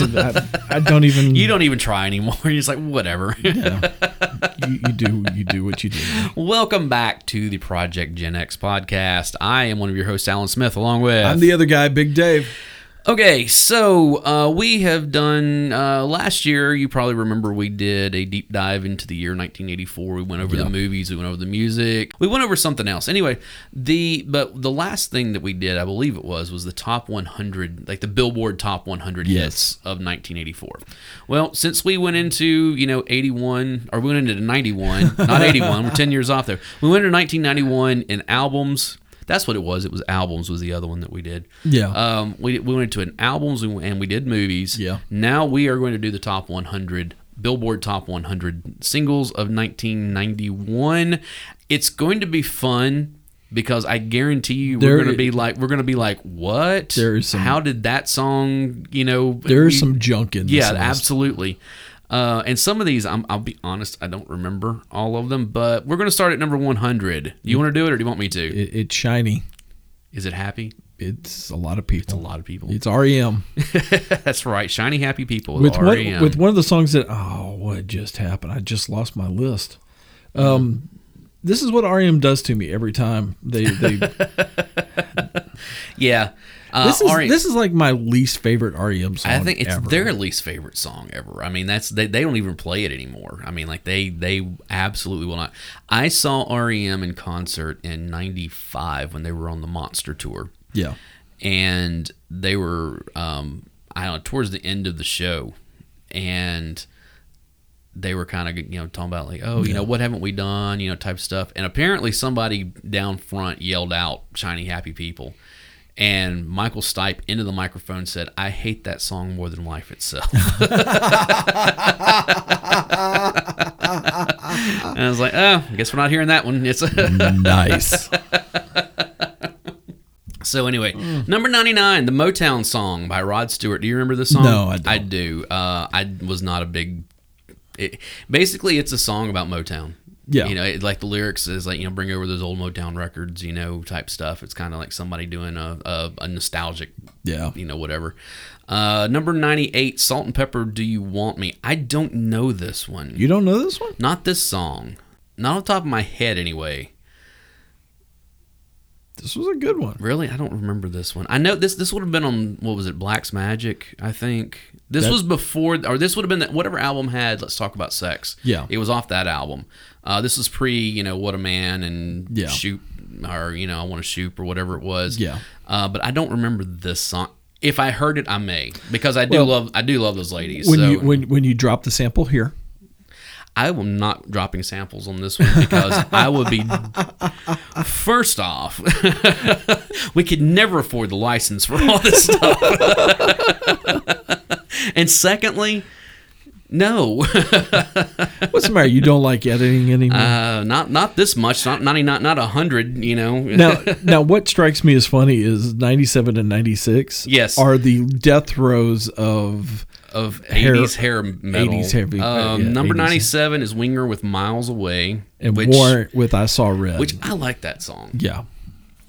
I, I don't even. You don't even try anymore. You're just like, whatever. You, you do. You do what you do. Welcome back to the Project Gen X podcast. I am one of your hosts, Alan Smith, along with. I'm the other guy, Big Dave. okay, so uh, we have done uh, last year. You probably remember we did a deep dive into the year 1984. We went over the movies. We went over the music. We went over something else. Anyway, the but the last thing that we did, I believe it was, was the top 100, like the Billboard Top 100 hits of 1984. Well, since we went into you know 81, or we went into 91, not 81. we're 10 years off there. We went into 1991 in albums. That's what it was. It was albums was the other one that we did. Yeah. Um, we, we went into an albums and we- and we did movies. Yeah. Now we are going to do the top 100 Billboard Top 100 singles of 1991. It's going to be fun because I guarantee you There- we're going to be like we're going to be like what? There is some- How did that song? You know. There's some junk in this. Yeah, list. absolutely. Uh, and some of these, I'm, I'll be honest, I don't remember all of them, but we're going to start at number 100. You want to do it or do you want me to? Mm. It, it's shiny. Is it happy? It's a lot of people. It's, E A lot of people. REM That's right. Shiny happy people with, E with what REM. with one of the songs that oh what just happened? I just lost my list. Um, this is what REM does to me every time they they yeah. Uh, This is REM this is like my least favorite REM song. I think it's ever. their least favorite song ever. I mean, that's they, they don't even play it anymore. I mean, like they they absolutely will not. I saw REM in concert in '95 when they were on the Monster tour. yeah. and they were um, I don't know towards the end of the show, and they were kind of you know talking about like oh you know what haven't we done you know type stuff, and apparently somebody down front yelled out "Shiny Happy People." And Michael Stipe into the microphone said, "I hate that song more than life itself." and I was like, "Oh, I guess we're not hearing that one." It's Nice. So anyway, Hmm. number ninety nine, the Motown song by Rod Stewart. Do you remember this song? No, I don't. I do. Uh, I was not a big. It, basically, it's a song about Motown. Yeah. you know, it, like the lyrics is like you know, bring over those old Motown records, you know, type stuff. It's kind of like somebody doing a, a, a nostalgic, yeah. you know, whatever. Uh, number ninety eight, Salt and Pepper. Do you want me? I don't know this one. You don't know this one? not this song. Not on top of my head, anyway. This was a good one. Really, I don't remember this one. I know this. This would have been on what was it, Black's Magic? I think this That- was before, or this would have been that whatever album had. Let's talk about sex. Yeah. it was off that album. Uh, this was pre, you know, What a Man and Yeah. Shoot, or you know, I Want to Shoot or whatever it was. Yeah. uh, but I don't remember this song. If I heard it, I may because I do Well, love I do love those ladies. When so you when when you drop the sample here, I am not dropping samples on this one because I would be. First off, we could never afford the license for all this stuff. and secondly, no, what's the matter? You don't like editing anymore? uh, not not this much, not ninety, not not a hundred. You know, now, now, what strikes me as funny is '97 and '96. Yes. are the death rows of of hair- eighties hair metal. 80s heavy- um, uh, yeah, number 80s. ninety-seven is Winger with Miles Away, and which Warrant with "I Saw Red." which I like that song. yeah,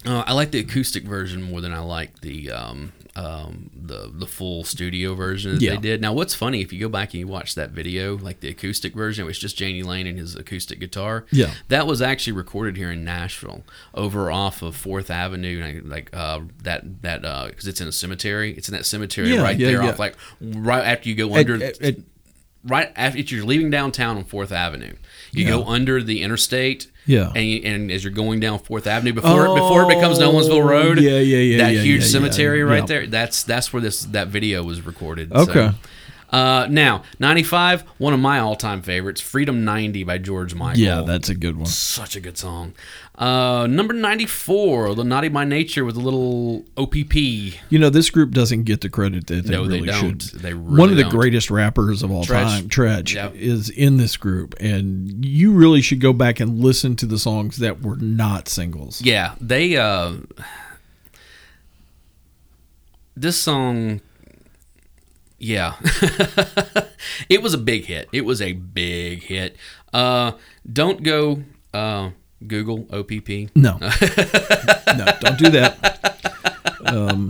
Uh, I like the acoustic version more than I like the um, um, the the full studio version that Yeah. they did. Now, what's funny if you go back and you watch that video, like the acoustic version, it was just Janie Lane and his acoustic guitar. Yeah. that was actually recorded here in Nashville, over off of Fourth Avenue, and I- like uh, that that because it's in a cemetery. It's in that cemetery Yeah, right yeah, there, yeah. off like right after you go It- under it- it- right after you're leaving downtown on Fourth Avenue, you go under the interstate. Yeah. Oh, and, you, and as you're going down Fourth Avenue before before it becomes Nolansville Road, yeah, yeah, yeah, that yeah, huge yeah, yeah, cemetery yeah. right there. That's that's where this that video was recorded. Okay. So. Uh, now, 95, one of my all-time favorites, Freedom 90 by George Michael. yeah, that's a good one. Such a good song. Uh, number 94, The Naughty by Nature with a little OPP. You know, this group doesn't get the credit that they No, they really don't. should. They One really of the don't. greatest rappers of all Tretch. time, Tretch, Yep. is in this group, and you really should go back and listen to the songs that were not singles. Yeah, they uh this song yeah. it was a big hit. It was a big hit. Uh don't go uh Google OPP. No, no, don't do that. Um,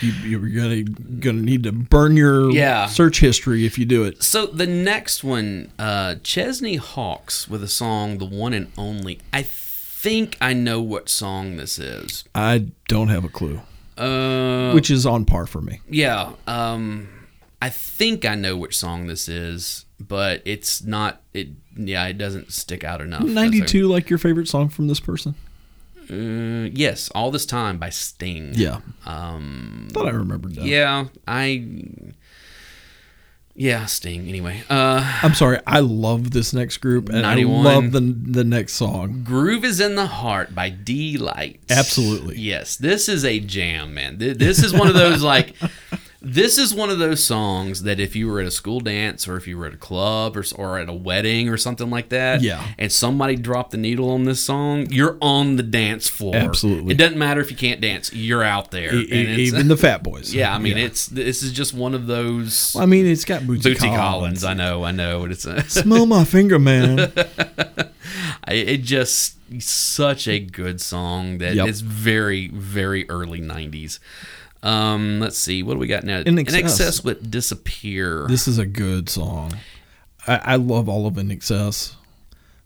you, you're gonna gonna need to burn your Yeah. search history if you do it. So the next one, uh, Chesney Hawks with a song, "The One and Only." I think I know what song this is. I don't have a clue, Uh, which is on par for me. yeah, um, I think I know which song this is, but it's not. It yeah, it doesn't stick out enough. That's Ninety two, like your favorite song from this person? okay. Uh, yes, all this time by Sting. Yeah, Um, thought I remembered that. yeah, I. Yeah, Sting. Anyway, uh, I'm sorry. I love this next group, and I 91. love the the next song. Groove is in the Heart by D Light. Absolutely. Yes, this is a jam, man. Th- This is one of those like this is one of those songs that if you were at a school dance or if you were at a club or, s- or at a wedding or something like that, Yeah. and somebody dropped the needle on this song, you're on the dance floor. Absolutely. It doesn't matter if you can't dance, you're out there. E- And e- it's- even the Fat Boys. yeah, I mean it's this is just one of those I mean, it's got Bootsy, Booty Collins. Collins. I know, I know. It's a, Smell my finger, man. I- it just such a good song that Yep. it's very very early 90s um let's see what do we got now In Excess. with disappear this is a good song. I, I love all of In Excess,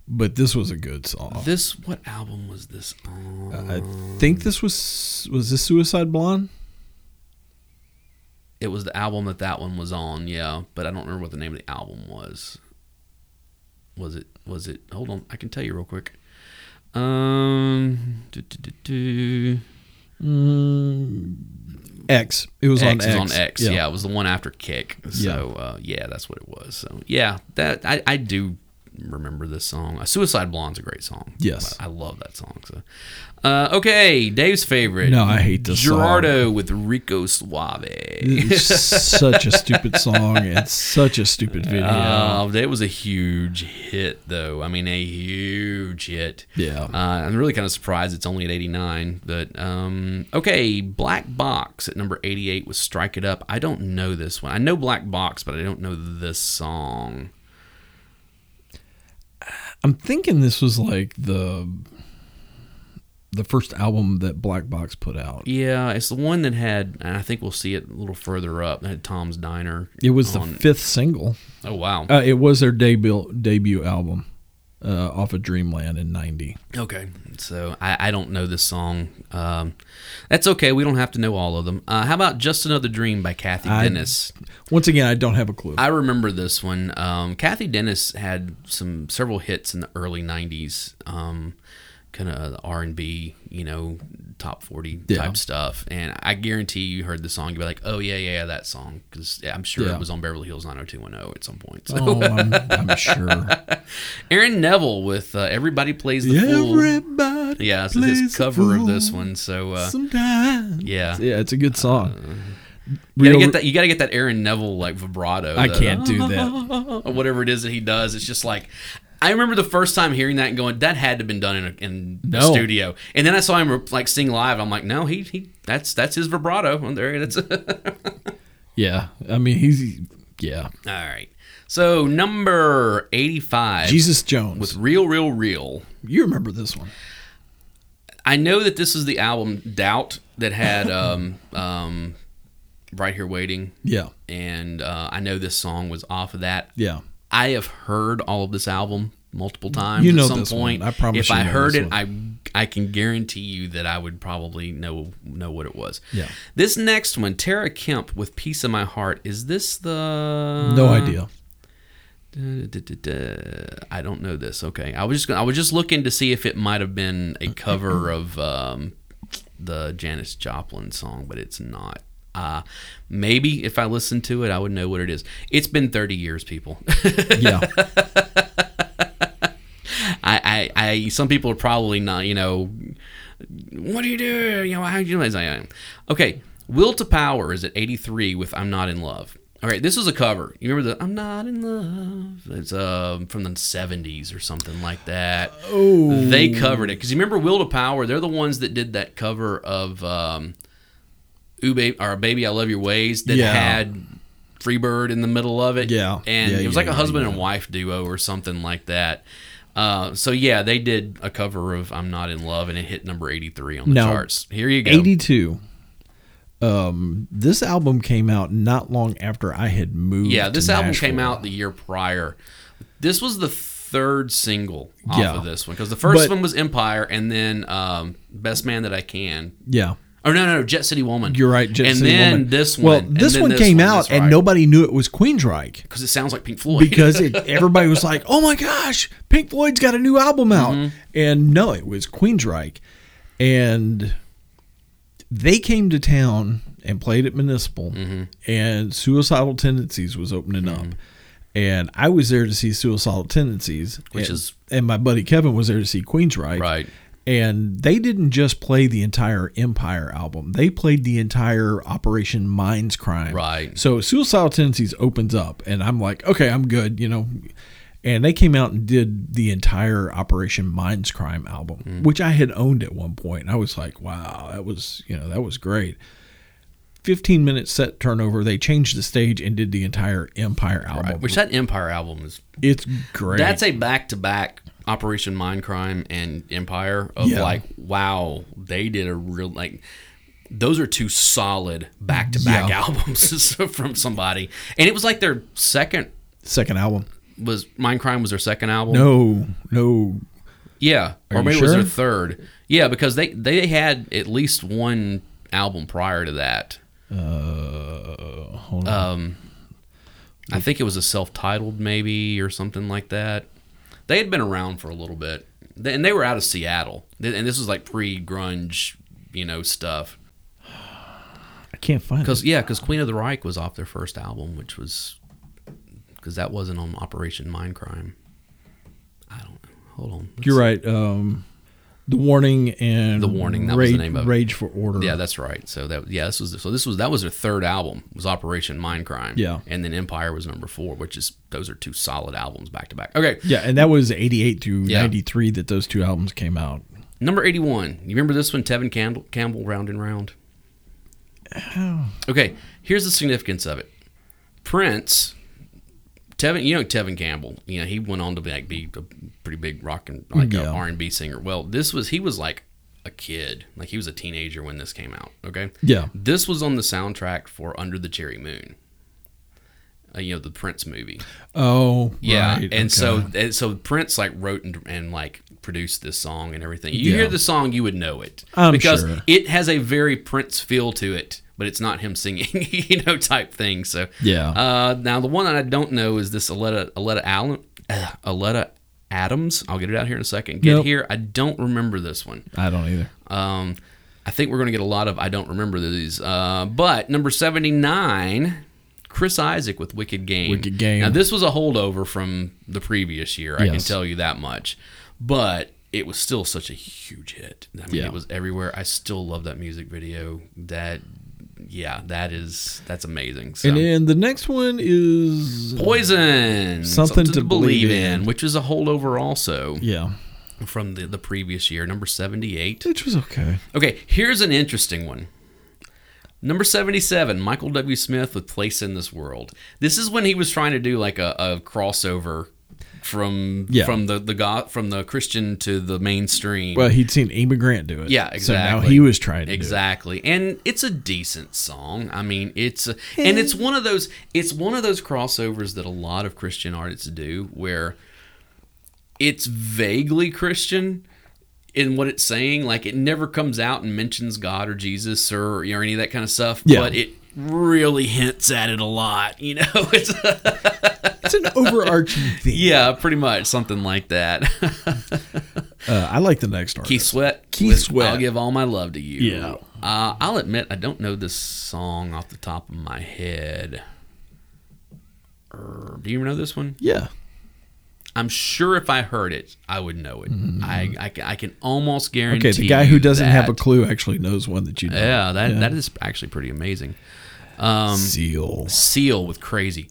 but this was a good song. this what album was this on I think this was was this Suicide Blonde. it was the album that that one was on yeah but i don't remember what the name of the album was was it was it hold on i can tell you real quick um do, do, do, do. X. It was Mm. X on is X. on X. Yeah. it was the one after Kick. So yeah, uh, yeah that's what it was. So yeah, that I, I do remember this song. Uh, Suicide Blonde's a great song. Yes. I, I love that song. So uh, okay, Dave's favorite. No, I hate this song. Gerardo with Rico Suave. It's such a stupid song and such a stupid video. Uh, that was a huge hit, though. I mean, a huge hit. Yeah. Uh, I'm really kind of surprised it's only at 89. But um, okay, Black Box at number 88 was "Strike It Up." I don't know this one. I know Black Box, but I don't know this song. I'm thinking this was like the the first album that Black Box put out. Yeah, it's the one that had, and I think we'll see it a little further up. That had Tom's Diner. It was the on- fifth single. Oh wow. Uh, it was their debut debut album uh, off of Dreamland in '90. Okay, so I, I don't know this song. Um, that's okay. We don't have to know all of them. Uh, how about "Just Another Dream" by Kathy I- Dennis? Once again, I don't have a clue. I remember this one. Um, Kathy Dennis had some several hits in the early '90s, um, kind of R and B, you know, top forty Yeah. type stuff. And I guarantee you heard the song, you'd be like, "Oh yeah, yeah, yeah, that song," because I'm sure Yeah. it was on Beverly Hills 90210 at some point. So. oh, I'm, I'm sure. Aaron Neville with uh, "Everybody Plays the Fool." Everybody. Yeah, so this plays is the cover of this fool one. So uh, Sometimes. yeah. Yeah, it's a good song. You Real- gotta get that. You gotta get that Aaron Neville like vibrato. I the- can't do that. or whatever it is that he does. It's just like I remember the first time hearing that and going, that had to have been done in a in a No. studio. And then I saw him like sing live. I'm like, no, he he that's that's his vibrato on there. That's all Yeah, I mean he's yeah. right. So number eighty five Jesus Jones. with real, real, real. you remember this one? I know that this is the album Doubt that had um um right here waiting. Yeah, And uh, I know this song was off of that. yeah. I have heard all of this album multiple times. You know at some this point. one. I promise If you I know heard this it, I I can guarantee you that I would probably know know what it was. Yeah. This next one, Tara Kemp with "Piece of My Heart." Is this the? No idea. Da, da, da, da. I don't know this. Okay, I was just gonna, I was just looking to see if it might have been a cover of um, the Janis Joplin song, but it's not. Uh, maybe if I listened to it, I would know what it is. It's been 30 years, people. Yeah, I, I, I, some people are probably not, you know, what do you do? You know, how do you do it? Okay, Will to Power is at 83 with I'm Not in Love. All right, this was a cover. You remember the I'm Not in Love? It's uh, from the 70s or something like that. Oh. They covered it. Because you remember Will to Power? They're the ones that did that cover of um, Ooh, Baby, or Baby, I Love Your Ways that Yeah. had Freebird in the middle of it. Yeah. And Yeah, it was yeah, like a yeah, husband and wife duo or something like that. Uh, so yeah, they did a cover of "I'm Not in Love" and it hit number 83 on the Now, charts. Here you go. eighty-two. Uh, Um, this album came out not long after I had moved. Yeah, to this album came Nashville. out the year prior. This was the third single off Yeah. of this one because the first But- one was Empire, and then um, Best Man That I Can. Yeah, Oh no, no, no, Jet City Woman. you're right. Jet and City then Woman. this one. Well, this one came out and nobody knew it was Queensryche. because it sounds like Pink Floyd. because it, everybody was like, "Oh my gosh, Pink Floyd's got a new album out," Mm-hmm. and no, it was Queensryche, and they came to town and played at Municipal, Mm-hmm. and Suicidal Tendencies was opening up, and I was there to see Suicidal Tendencies, Which and- is- and my buddy Kevin was there to see Queensryche, Right. And they didn't just play the entire Empire album; they played the entire Operation Minds Crime. Right. So Suicidal Tendencies opens up, and I'm like, okay, I'm good, you know. And they came out and did the entire Operation Minds Crime album, Mm. which I had owned at one point. And I was like, wow, that was, you know, that was great. 15 minute set turnover. They changed the stage and did the entire Empire album. Right, which that Empire album is. it's great. That's a back to back Operation Mindcrime and Empire of Yeah. like wow they did a real like those are two solid back to back Yeah. albums so from somebody and it was like their second second album. was Mindcrime was their second album No, no. yeah or you maybe it was their sure? third yeah because they they had at least one album prior to that Uh, hold on. I think it was a self-titled maybe or something like that. They had been around for a little bit, They- and they were out of Seattle, Th- and this was like pre-grunge, you know, stuff. I can't find it. Because yeah, because Queen of the Reich was off their first album, which was because that wasn't on Operation Mindcrime. I don't. Hold on. Let's- You're right. Um, the warning and The Warning, that was rage, the name of it. rage for order. Yeah, that's right. So that yeah, this was so this was that was their third album was Operation Mindcrime. Yeah. and then Empire was number four, which is those are two solid albums back to back. Okay, Yeah, and that was 88 through Yeah. 93 that those two albums came out. Number 81. You remember this one, Tevin Campbell, Campbell Round and Round? Okay, here's the significance of it. Prince, Tevin, you know Tevin Campbell. You know he went on to be, like, be a pretty big rock and like Yeah. R and B singer. Well, this was he was like a kid, like he was a teenager when this came out. Okay, Yeah. this was on the soundtrack for Under the Cherry Moon. Uh, you know the Prince movie. Oh, Yeah, right, and okay. so and so Prince like wrote and, and like produced this song and everything. You Yeah. hear the song, you would know it I'm because sure. it has a very Prince feel to it, but it's not him singing, you know, type thing. So Yeah. Uh, now the one that I don't know is this Aletta Aletta Allen uh, Aletta Adams. I'll get it out here in a second. Get Nope. here. I don't remember this one. I don't either. Um, I think we're going to get a lot of I don't remember these. Uh, but number 79, Chris Isaac with Wicked Game. Wicked Game. Now, this was a holdover from the previous year. I can Yes. tell you that much. But it was still such a huge hit. I mean, Yeah. it was everywhere. I still love that music video. That, yeah, that is, that's amazing. So. And then the next one is Poison, Something to Believe In. which is a holdover also yeah, from the, the previous year, number 78. which was okay. Okay, here's an interesting one. Number 77, Michael W. Smith with Place in This World. This is when he was trying to do like a, a crossover from Yeah. from the the God, from the Christian to the mainstream. Well, he'd seen Amy Grant do it. yeah, exactly. So now he was trying to exactly, and it's a decent song. I mean, it's a, and it's one of those it's one of those crossovers that a lot of Christian artists do, where it's vaguely Christian in what it's saying. Like it never comes out and mentions God or Jesus or you know any of that kind of stuff. Yeah. But it really hints at it a lot. You know, it's do it. It's an overarching theme. yeah, pretty much something like that. Uh, I like the next artist. Keith Sweat. Keith with Sweat. I'll give all my love to you. Yeah. Uh, I'll admit I don't know this song off the top of my head. Er, do you know this one? Yeah, I'm sure if I heard it, I would know it. I, I, ca- I can almost guarantee. Mm-hmm. okay. The guy who you doesn't have a that. clue actually knows one that you know. yeah, that that is actually pretty amazing. Um, Seal. Seal with crazy,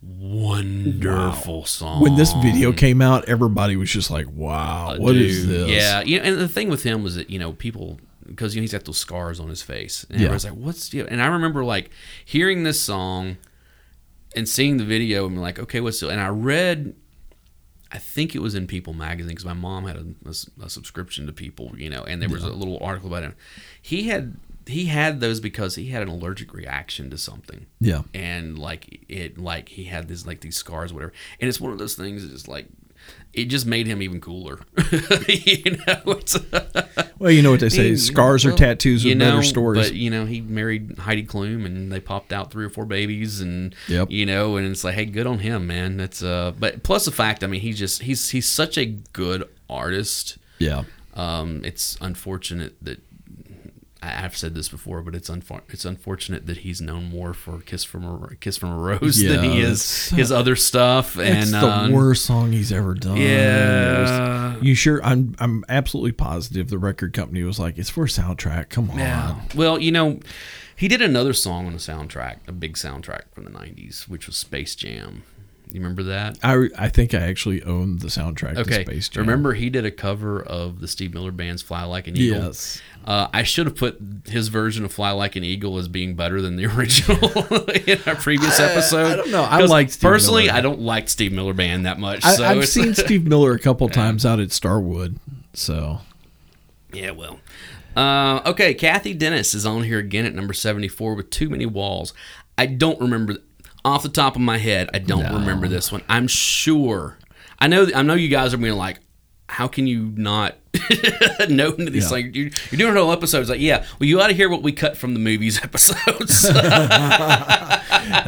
wonderful song. When this video came out, everybody was just like, "Wow, what is Dude, this?" Yeah, you know, and the thing with him was that you know people because you know he's got those scars on his face, and Yeah. everybody's like, "What's?" You know, and I remember like hearing this song and seeing the video and being like, "Okay, what's?" the-" And I read, I think it was in People magazine because my mom had a, a s- a subscription to People, you know, and there was a little article about him. He had he had those because he had an allergic reaction to something Yeah. and like it like he had this like these scars whatever and it's one of those things that just like it just made him even cooler you know it's, Well, you know what they say: Dude, scars or well, tattoos you are know better stories. but you know he married heidi klum and they popped out three or four babies and Yep. you know and it's like hey good on him man that's uh but plus the fact i mean he's just he's he's such a good artist yeah. um, it's unfortunate that I- I've said this before, but it's unfor- it's unfortunate that he's known more for Kiss from a Kiss from a Rose than he Yeah, is that's- his other stuff. And It's um, the worst song he's ever done. Yeah. You sure? I'm I'm absolutely positive the record company was like, it's for a soundtrack. Come on. Yeah. Well, you know, he did another song on a soundtrack, a big soundtrack from the '90s, which was Space Jam. You remember that? I, I think I actually owned the soundtrack Okay. to Space Jam. Remember he did a cover of the Steve Miller Band's "Fly Like an Eagle." Yes. Uh, I should have put his version of "Fly Like an Eagle" as being better than the original in our previous episode. I don't know. I 'Cause liked Steve personally. Miller. I don't like Steve Miller Band that much. I, so I've it's- seen Steve Miller a couple times out at Starwood. So Yeah, well. Uh, okay, Kathy Dennis is on here again at number 74 with Too Many Walls. I don't remember, off the top of my head, I don't remember this one. I'm sure. I know I know you guys are being like, how can you not know these Yeah. like you're, you're doing a whole episode it's like yeah well you ought to hear what we cut from the movies episodes that,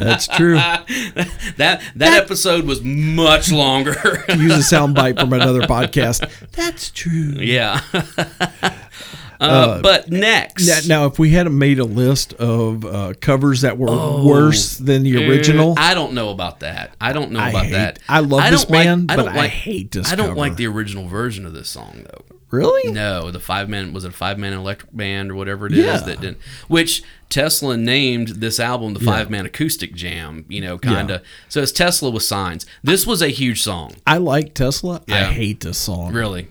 that's true. that episode was much longer Use a soundbite from another podcast. That's true. yeah uh, but next Now, now, if we had made a list of uh, covers that were worse than the original, Oh, I don't know about that. I don't know I about hate- that. I love this don't like- band, but don't I hate this I don't cover. like the original version of this song though. really? No, the five man was it a five man electric band or whatever it is Yeah. that didn't. Which Tesla named this album the five man acoustic jam. You know, kind of. So it's Tesla with signs. This was a huge song. I like Tesla. I Yeah. hate this song. Really,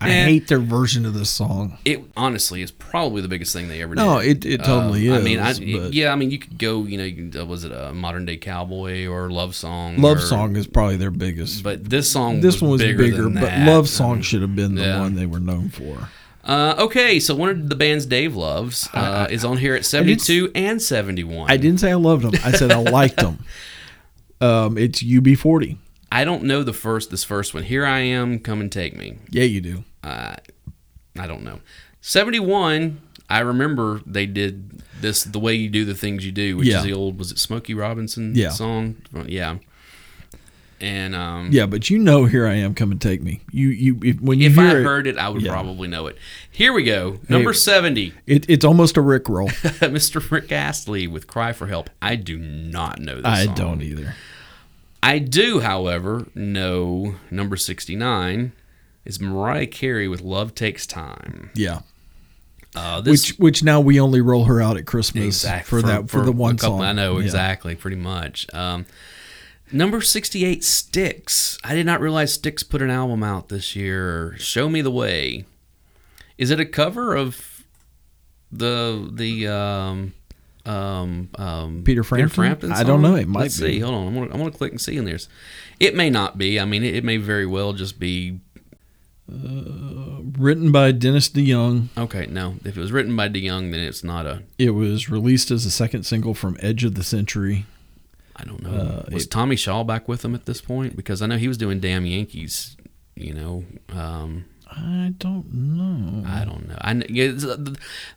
I Eh. hate their version of this song. Uh, it honestly is probably the biggest thing they ever did. Um, No, it, it totally I is. mean, I, but yeah, I mean, you could go, you know, you can, uh, was it a modern day cowboy or love song? Love or- Song is probably their biggest. But this song, this one was bigger, than but that. Love Song should have been the Yeah. one they were known for. Uh, okay, so one of the bands Dave loves uh, is on here at 72 and 71. I didn't say I loved them. I said I liked them. Um, it's UB40. I don't know the first this first one. Here I am, come and take me. Uh, Yeah, you do. I don't know. 71, I remember they did this the way you do the things you do, which Yeah. is the old was it Smokey Robinson Yeah. song? Yeah. And um Yeah, but you know, here I am. Come and take me. You, you. If, when you if I hear it, heard it, I would yeah. probably know it. Here we go. Number 70, it, it's almost a Rick roll. Mr. Rick Astley with Cry for Help. I do not know this I song. don't either. I do, however, know number 69 is Mariah Carey with Love Takes Time. Yeah, Uh, which which now we only roll her out at Christmas exact- for, that for, a the one couple- song. I know, Yeah. exactly, pretty much. Um, number 68, Sticks. I did not realize Sticks put an album out this year. Show Me the Way. Is it a cover of the, the, um, um, um, Peter Frampton? Frampton I don't know. song? It might Let's be. see. Hold on. I'm gonna, I'm gonna click and see in there's. It may not be. I mean, it, it may very well just be Written by Dennis DeYoung, Okay, no. If it was written by DeYoung, then it's not a. it was released as a second single from Edge of the Century. I don't know. Uh, was Tommy Shaw back with him at this point? Because I know he was doing Damn Yankees. You know, um, I don't know. I don't know. I kn- yeah, it's, uh,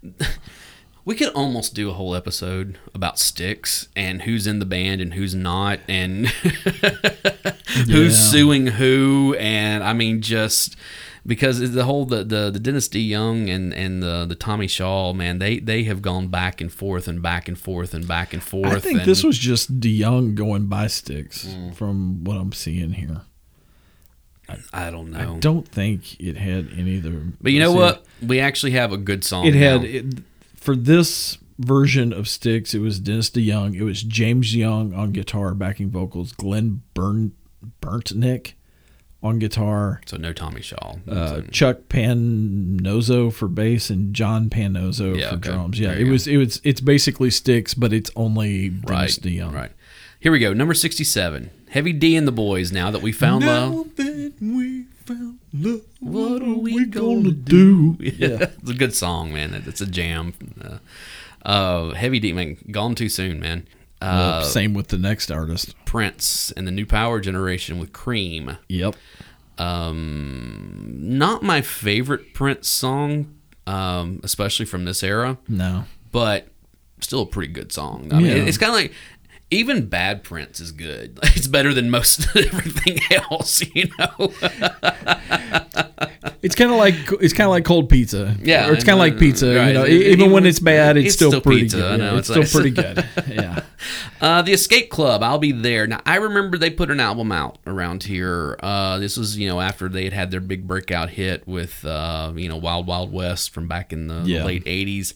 th- we could almost do a whole episode about sticks and who's in the band and who's not and who's Yeah. suing who and I mean just because it's the whole the the, the Dennis D Young and and the the Tommy Shaw man they they have gone back and forth and back and forth and back and forth. I think and, this was just DeYoung going by sticks Mm. from what I'm seeing here. I don't know. Don't think it had any of the. Oh. but you know let's see. what? We actually have a good song. It had now. it, for this version of Sticks. It was Dennis DeYoung. It was James Young on guitar, backing vocals. Glenn Burn Burntnick on guitar. so no Tommy Shaw. Uh, Chuck Panozzo for bass and John Panozzo Yeah, for okay. drums. Yeah, There it you go. was it was it's basically Sticks, but it's only Dennis DeYoung. Right. Here we go. Number 67. Heavy D and the Boys now that we found love. that we found love, What are we do? Yeah. it's a good song, man. It- It's a jam. Uh, Uh, heavy deep, man. Gone too soon, man. Well, Uh, same with the next artist. Prince and the New Power Generation with Cream. Yep. Not my favorite Prince song, um, especially from this era, No. but still a pretty good song. I mean, Yeah. it's kind of like even bad Prince is good. It's better than most everything else, you know. It's kind of like it's kind of like cold pizza. Yeah, Or it's kind of like pizza. right. You know, It- e- even even when when- it's bad, it's, it's still, still pretty pizza, good. I know, Yeah, it's, it's still like- pretty good. Yeah. Uh, the Escape Club, I'll be there. Now, I remember they put an album out around here. Uh, this was, you know, after they had had their big breakout hit with, uh, you know, Wild Wild West from back in the Yeah. late 80s.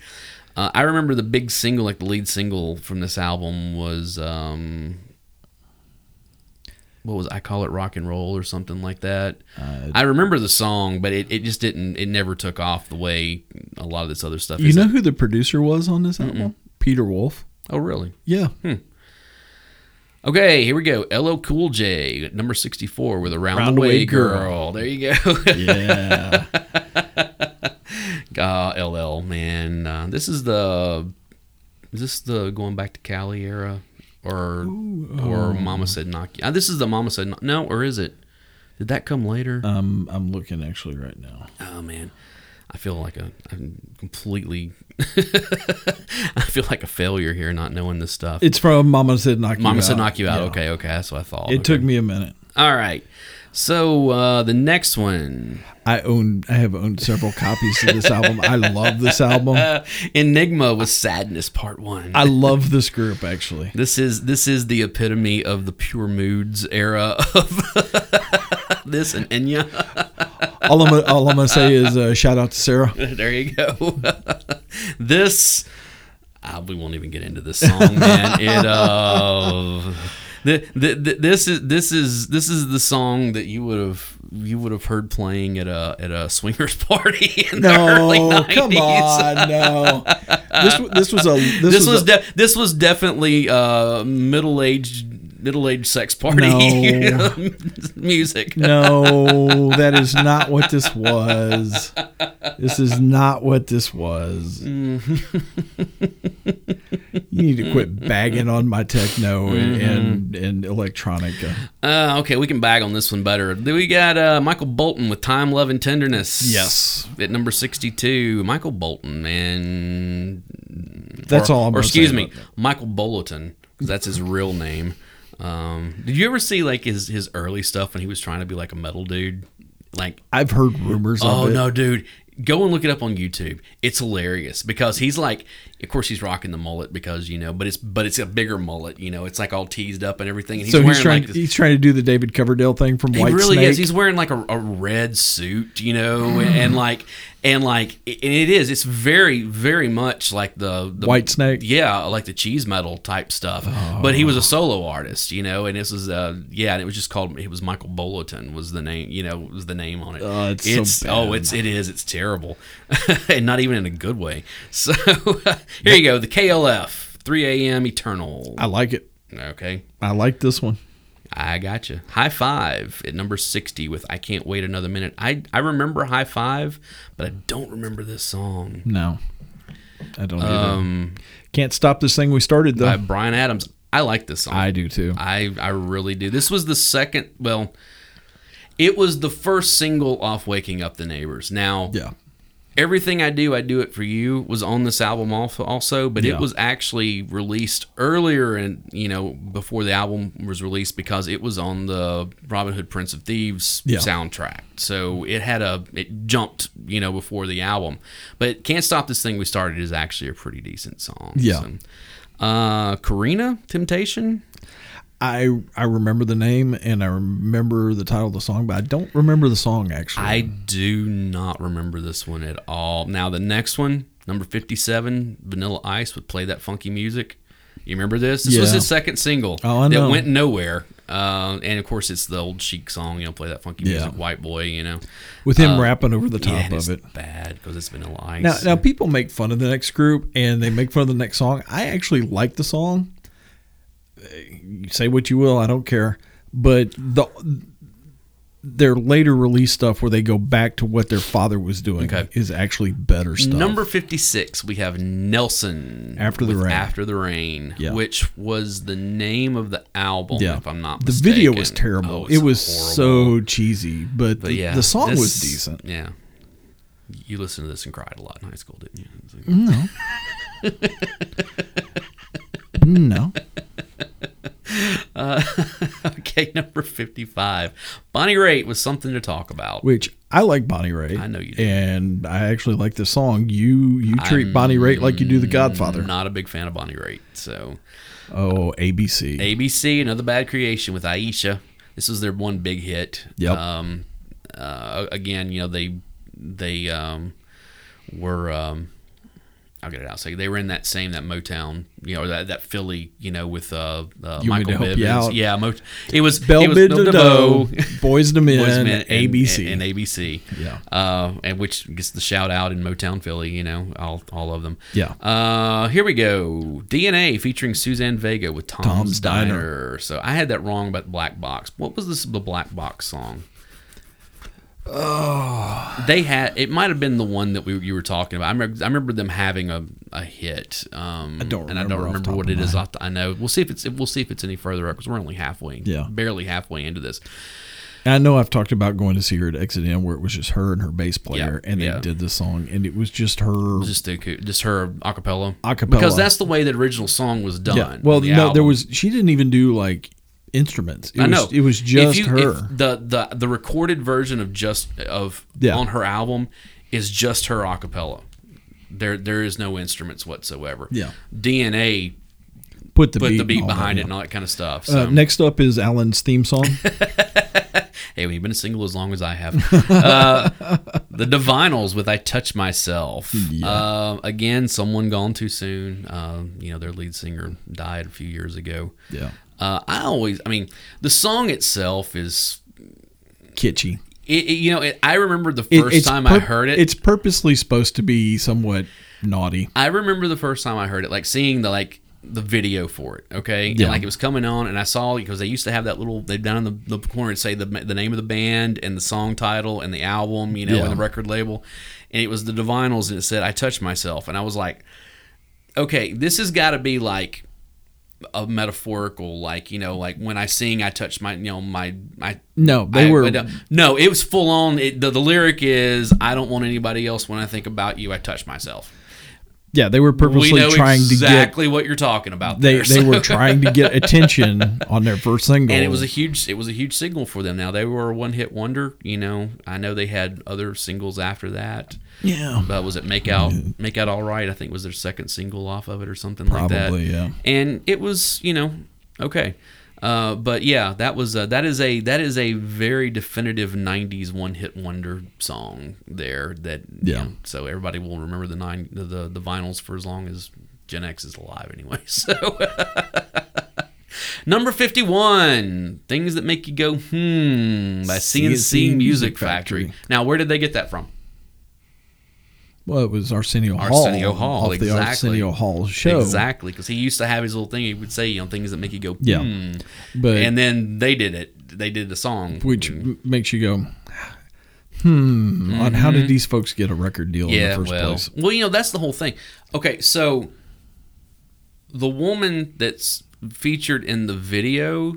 Uh, I remember the big single, like the lead single from this album was, um, what was I call it rock and roll or something like that. Uh, I remember the song, but it, it just didn't. It never took off the way a lot of this other stuff. You is. know who the producer was on this album? Peter Wolf. oh really? Yeah. Okay, here we go. LL Cool J, number 64 with a round, the way, girl. There you go. Yeah. Ah, LL, man. Uh, this is the is this the going back to Cali era or or Mama said knock you. Uh, this is the Mama said knock. No, or is it? Did that come later? um, I'm looking actually right now. oh man. I feel like a I'm completely I feel like a failure here not knowing this stuff. It's from Mama Said Knock You Out. Mama said knock you out. Yeah. Okay, okay, that's what I thought. It Okay. took me a minute. All right. So, uh the next one I own. I have owned several copies of this album. I love this album. Enigma was sadness part one. I love this group actually. this is this is the epitome of the pure moods era of this and Enya. All I'm. gonna- All I'm gonna say is uh, shout out to Sarah. There you go. this ah, we won't even get into this song, man. It uh, th th th this is this is this is the song that you would have you would have heard playing at a at a swingers party in the early No, nineties. come on, no. This w- this was a this, this was a, de- this was definitely uh, middle aged middle aged sex party No. music. no. That is not what this was. This is not what this was. you need to quit bagging on my techno and Mm-hmm. and, and electronica. Uh, okay, we can bag on this one better. Then We got uh, Michael Bolton with "Time, Love, and Tenderness." Yes. at number sixty-two, Michael Bolton and That's or, all I'm. Or gonna say excuse me, about Michael Bolton, 'cause that's his real name. Um, did you ever see like his his early stuff when he was trying to be like a metal dude? Like I've heard rumors Oh of it. no, dude. Go and look it up on YouTube. It's hilarious because he's like, of course he's rocking the mullet because you know, but it's but it's a bigger mullet, you know. It's like all teased up and everything. And he's so wearing he's trying. like this, he's trying to do the David Coverdale thing from he White really Snake. Mm. is. He's wearing like a, a red suit, you know, and, and like and like and it is. It's very very much like the, the White Snake. Oh. yeah, like the cheese metal type stuff. But he was a solo artist, you know, and this was uh yeah, and it was just called it was Michael Bolton was the name, you know, was the name on it. Oh, it's so bad. oh, it's it is, it's terrible. and not even in a good way. So here you go, the KLF, 3 a.m. Eternal. I like it. Okay. I like this one. I gotcha. High five at number 60 with I Can't Wait Another Minute. I, I remember High Five, but I don't remember this song. No, I don't. Um, either. Can't stop this thing we started though. by Brian Adams. I like this song. I do too. I I really do. This was the second. Well, it was the first single off "Waking Up the Neighbors." Now, yeah. everything I do, I do it for you was on this album also, also but Yeah. it was actually released earlier and you know before the album was released because it was on the Robin Hood Prince of Thieves Yeah. soundtrack. So it had a it jumped you know before the album, but "Can't Stop This Thing We Started" is actually a pretty decent song. Yeah. So, uh, Karina, Temptation. I I remember the name and I remember the title of the song, but I don't remember the song actually. I do not remember this one at all. Now the next one, number fifty-seven, Vanilla Ice would play that funky music. You remember this? This was Yeah. his second single Oh, I know. that went nowhere. Uh, and of course, it's the old chic song. You know, play that funky music, white boy. You know, With uh, him rapping over the top and of it's it. bad because it's Vanilla Ice. Now now people make fun of the next group and they make fun of the next song. I actually like the song. Uh, you Say what you will, I don't care. But the their later release stuff where they go back to what their father was doing Okay. is actually better stuff. Number 56, we have Nelson. After the with Rain. After the Rain, Yeah. which was the name of the album, Yeah. if I'm not the mistaken. video was Oh, terrible. it's it was horrible. so cheesy, but, But the, yeah, the song this- was decent. Yeah. You listened to this and cried a lot in high school, didn't you? It's like- No. no. Mm-hmm. Okay, number 55. Bonnie Raitt was something to talk about. Which I like Bonnie Raitt. I know you do. And I actually like the song. You you treat Bonnie Raitt like you do The Godfather. I'm not a big fan of Bonnie Raitt. So, Oh, ABC. ABC, another bad creation with Aisha. This was their one big hit. Yep. Um, uh, again, you know, they they um, were. Um, I'll get it out. So they were in that same that Motown, you know, or that, that Philly, you know, with uh, uh, You want Michael me to help Bibbins. you out? Yeah, Mot- it was Bell it was Bid Bill to DeVoe. Doe, Boys to Men, Boyz II Men and- ABC. and, and ABC. Yeah. Uh, and which gets the shout out in Motown Philly, you know, all, all of them. Yeah. Uh, here we go. DNA featuring Suzanne Vega with Tom's, Tom's Diner. Diner. So I had that wrong about Black Box. What was this the Black Box song? Oh, they had it. Might have been the one that we you were talking about. I remember, I remember them having a, a hit. Um, I don't and I remember don't off remember top what of it my is. head. Off the, I know. We'll see if it's we'll see if it's any further up because we're only halfway. Yeah. barely halfway into this. I know I've talked about going to see her at Exit N where it was just her and her bass player, and they yeah. did this song, and it was just her. just the acou- just her acapella. Acapella. Because that's the way the original song was done. yeah. Well, the no, there album. was. She didn't even do like instruments. It I was, know It was If just you- her. if the the the recorded version of just of Yeah. on her album is just her acapella. There there is no instruments whatsoever. Yeah. DNA put the put beat, the beat and all behind it that, and all that kind of stuff. yeah. So Uh, next up is Alan's theme song. hey, we've been single as long as I have. uh, the Divinals with "I Touch Myself." Uh, again, someone gone too soon. Um, you know their lead singer died a few years ago. yeah, Uh, I always, I mean, the song itself is, kitschy. it, it- you know, it, I remember the It- first it's time I pur- heard it. It's purposely supposed to be somewhat naughty. I remember the first time I heard it, like seeing the like the video for it. Okay, and, Yeah. like it was coming on, and I saw because they used to have that little they down in the, the corner and say the the name of the band and the song title and the album, you know, Yeah. and the record label, and it was the Divinals, and it said "I touched myself," and I was like, okay, this has got to be like a metaphorical, like you know, like when I sing, I touch my, you know, my my. No, they I- were- I- no, it was full on. It, the, the lyric is, "I don't want anybody else when I think about you. I touch myself." Yeah, they were we purposely know trying to get. exactly what you're talking about. They there. they So- were trying to get attention on their first single. and it was a huge it was a huge signal for them. Now they were a one hit wonder. You know, I know they had other singles after that. yeah. But was it make out make out all right? I think was their second single off of it or something like that. Probably, yeah. And it was you know okay. Uh, but yeah, that was uh that is a that is a very definitive '90s one-hit wonder song there. That you Yeah. know, so everybody will remember the nine the, the the vinyls for as long as Gen X is alive, anyway. So Number 51, Things That Make You Go Hmm by CNC CNC Music Music Factory. Factory. Now, where did they get that from? Well, it was Arsenio Hall. Arsenio Hall, off the exactly. Arsenio Hall show. Exactly, because he used to have his little thing he would say, you know, things that make you go hmm. Yeah. But And then they did it. They did the song. which Hmm. m- makes you go, hmm, on how did these folks get a record deal Mm-hmm. yeah, in the first well, place? well, you know, that's the whole thing. Okay, so the woman that's featured in the video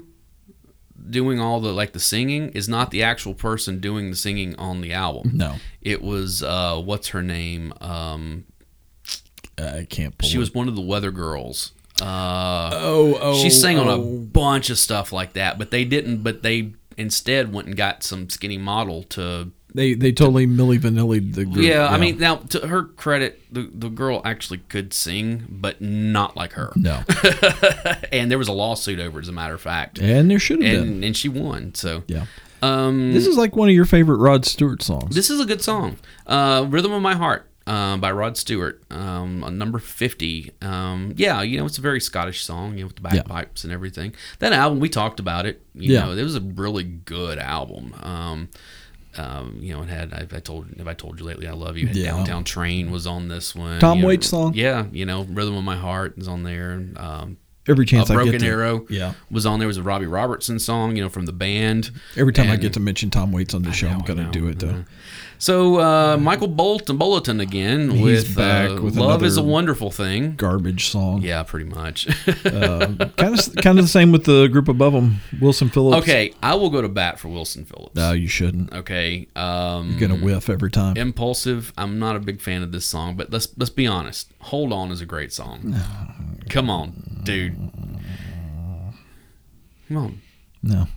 doing all the like the singing is not the actual person doing the singing on the album. No, It was uh, what's her name? Um, I can't pull. she it. was one of the weather girls. Uh, oh oh. she sang on a oh. bunch of stuff like that, but they didn't. But they instead went and got some skinny model to. They they totally Milli Vanilli the group. Yeah, I mean, now to her credit, the the girl actually could sing, but not like her. no, and there was a lawsuit over, it, as a matter of fact, and there should have been. and and she won. So Yeah, um, this is like one of your favorite Rod Stewart songs. This is a good song. Uh, Rhythm of My Heart uh, by Rod Stewart, um, on number 50. Um, yeah, you know, it's a very Scottish song, you know, with the bagpipes and everything. That album, we talked about it. You Yeah. know, it was a really good album. Um, um, you know, it had, I, I told, have I told you lately I love you? Had Yeah. Downtown Train was on this one. Tom you know. Waits song? Yeah, you know, Rhythm of My Heart is on there. Um, every chance A I get Broken to, Arrow Yeah. was on there. It was a Robbie Robertson song, you know, from the band. Every time I And- get to mention Tom Waits on the show, I'm know, I going to know, uh-huh. do it though. So uh, Michael Bolton, Bolton again with, back uh, with "Love Is a another- Wonderful Thing." Garbage song. Uh, Yeah, pretty much. kind of kind of the same with the group above them. Wilson Phillips. okay, I will go to bat for Wilson Phillips. No, you shouldn't. Okay, um, You're gonna whiff every time. impulsive. I'm not a big fan of this song, but let's let's be honest. "Hold On" is a great song. Come on, dude. Come on, No.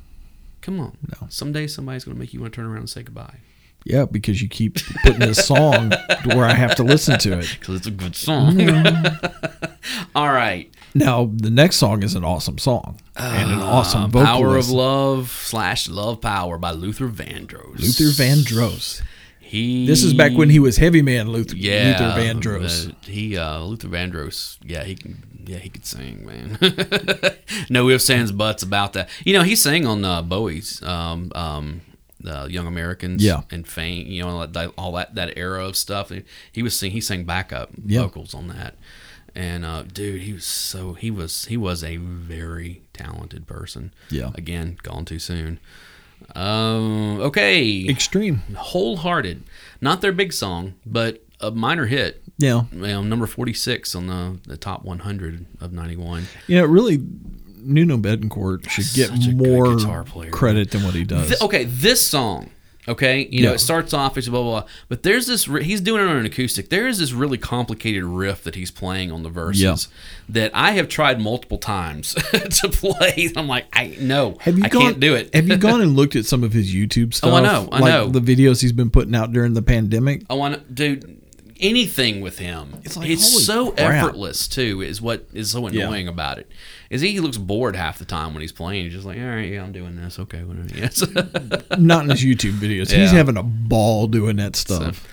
come on. No. Someday somebody's gonna make you want to turn around and say goodbye Yeah, because you keep putting this song where I have to listen to it. because it's a good song. All right. Now the next song is an awesome song and an awesome vocalist. Ah, Power of Love slash Love Power by Luther Vandross. Luther Vandross. He. This is back when he was heavy man Luther. Yeah, Luther Vandross. uh, he uh, Luther Vandross. Yeah, he can. Yeah, he could sing, man. no ifs ands buts about that. You know, he sang on uh, Bowie's um, um, uh, Young Americans. Yeah. and Fame. You know, like that, all that that era of stuff. He was sing. He sang backup Yeah. vocals on that. And uh, dude, he was so he was he was a very talented person. Yeah. Again, gone too soon. Um, okay. Extreme. Wholehearted. Not their big song, but a minor hit. Yeah. Well, number 46 on the, the top 100 of 91. You know, really Nuno Betancourt should get Such a good more guitar player. oh, credit than what he does. Th- okay, this song. Okay, you know Yeah. it starts off it's blah blah, blah but there's this. ri he's doing it on an acoustic. There is this really complicated riff that he's playing on the verses Yeah. that I have tried multiple times to play. I'm like, I no, Have you I gone, can't do it. have you gone and looked at some of his YouTube stuff? Oh, I know, I like know. the videos he's been putting out during the pandemic. I want to do anything with him. It's like, holy so crap. effortless too. Is what is so annoying about it is he looks bored half the time when he's playing. He's just like, all right, yeah, I'm doing this. Okay, whatever. Yes. Mm-hmm. Not in his YouTube videos. He's Yeah. having a ball doing that stuff.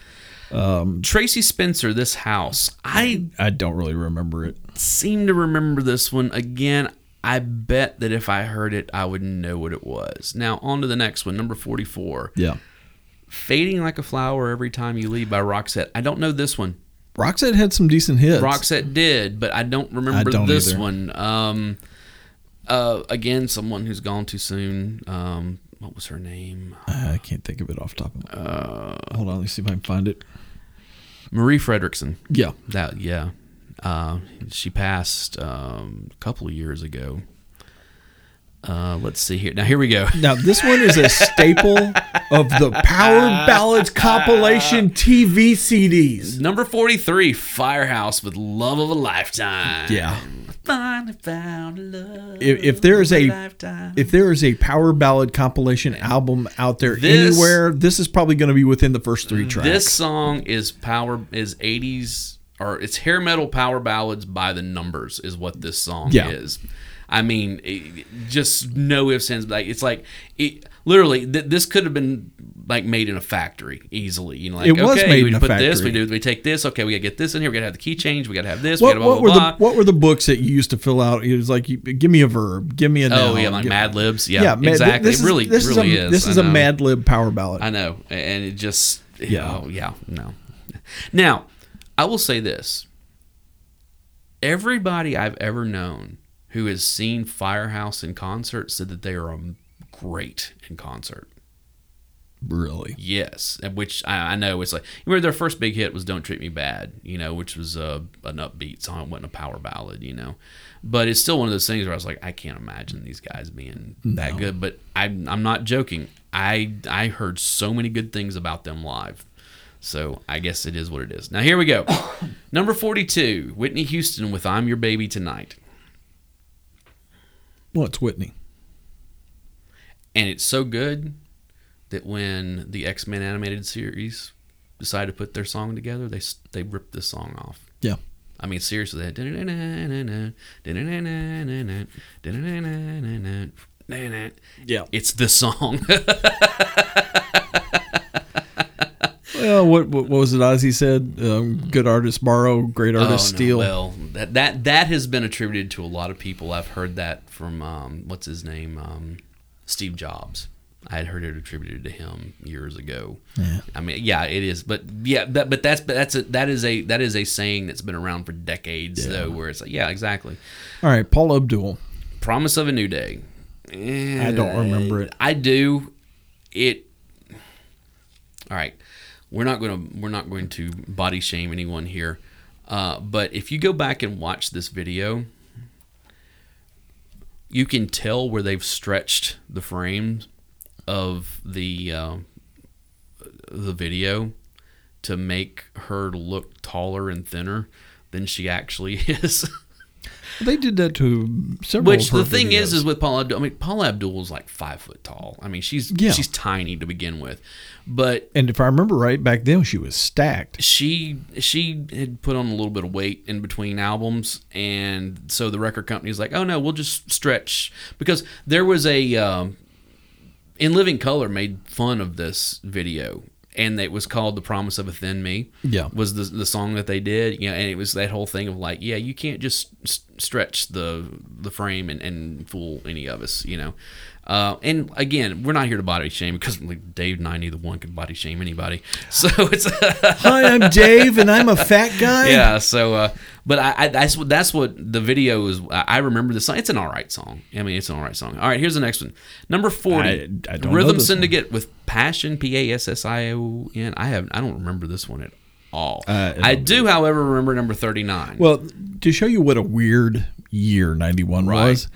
Tracy Spencer, this house. I I don't really remember it. seem to remember this one again. I bet that if I heard it, I would know what it was. Now on to the next one, number forty-four. Yeah. Fading like a flower every time you leave by Roxette. I don't know this one. Roxette had some decent hits. Roxette did, but I don't remember I don't this either. one. Um, uh, again, someone who's gone too soon. Um, what was her name? I can't think of it off the top of my uh, Hold on, let's see if I can find it. Marie Fredrickson. Yeah. That yeah, uh, she passed um, a couple of years ago. Uh, let's see here. Now here we go. Now this one is a staple of the Power Ballads compilation TV CDs. Number forty-three, Firehouse with Love of a Lifetime. Yeah. Finally found love. If, if there is a lifetime. if there is a power ballad compilation album out there This- Mm, anywhere, this is probably going to be within the first three tracks. This song is power is 80s or it's hair metal power ballads by the numbers is what this song Yeah. is. I mean, it- just no ifs ands. Like it's like it, literally th- this could have been like made in a factory easily. You know, like It was okay, made we in a put this, we factory. do, we take this. Okay, we gotta get this in here. We gotta have the key change. We gotta have this. we what, gotta blah what blah were blah. the what were the books that you used to fill out? It was like, you, give me a verb, give me a oh noun, yeah, like give- Mad Libs. Yeah, Mad- thi- exactly. this it really, this really a, is. This I is a know. Mad Lib power ballad. I know, and it just yeah, Yeah. yeah, no. Now, I will say this: everybody I've ever known who has seen Firehouse in concert said that they are um, great in concert. really? Yes, and which I, I know it's like you remember their first big hit was "Don't Treat Me Bad," you know, which was a an upbeat song, it wasn't a power ballad, you know, but it's still one of those things where I was like, I can't imagine these guys being that good. But I'm I'm not joking. I I heard so many good things about them live, so I guess it is what it is. Now here we go, number forty two, Whitney Houston with "I'm Your Baby Tonight," Well, it's Whitney. and it's so good that when the X Men animated series decided to put their song together, they s- they ripped this song off. Yeah. I mean, seriously, that. Yeah. It's this song. Well, what what, what was it? Ozzy said, um, "Good artists borrow, great Oh, no, artists steal." Well, that, that that has been attributed to a lot of people. I've heard that from um, what's his name, um, Steve Jobs. I had heard it attributed to him years ago. Yeah. I mean, yeah, it is, but yeah, but, but that's but that's a, that is a that is a saying that's been around for decades though, where it's like, yeah, exactly. All right, Paul Abdul. Promise of a New Day. I don't remember it. I do. It. All right, we're not going to we're not going to body shame anyone here, uh, but if you go back and watch this video, you can tell where they've stretched the frames of the uh, the video to make her look taller and thinner than she actually is. They did that to several. Which of her the thing is, videos. is with Paula Abdul. I mean, Paula Abdul is like five foot tall. I mean, she's Yeah. she's tiny to begin with, but and if I remember right, back then she was stacked. she she had put on a little bit of weight in between albums, and so the record company's like, oh no, we'll just stretch because there was a um, in Living Color made fun of this video. And it was called "The Promise of a Thin Me." Yeah. was the the song that they did. You know, and it was that whole thing of like, yeah, you can't just s- stretch the the frame and, and fool any of us. You know, uh, and again, we're not here to body shame because like, Dave and I neither one can body shame anybody. So it's uh, Hi, I'm Dave, and I'm a fat guy. yeah. So, uh, but I, I that's what that's what the video is. I I remember the song. It's an all right song. I mean, it's an all right song. All right, here's the next one. Number forty, I- I don't know Rhythm this one. Syndicate with Passion. P a s s i o n. I have I don't remember this one at all. Uh, I do, however, remember number thirty nine. Well, to show you what a weird year 91 Right. was,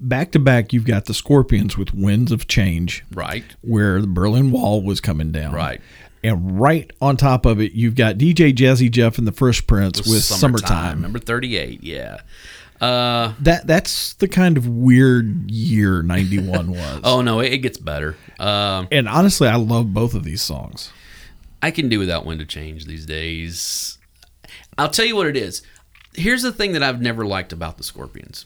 back to back, you've got the Scorpions with Winds of Change, right. where the Berlin Wall was coming down. Right. And right on top of it, you've got DJ Jazzy Jeff and the Fresh Prince with Summertime. Number thirty eight. Yeah. Uh, That That's the kind of weird year 91 was. oh no, it, it gets better. Um, And honestly, I love both of these songs. I can do without window change these days. I'll tell you what it is. Here's the thing that I've never liked about the Scorpions.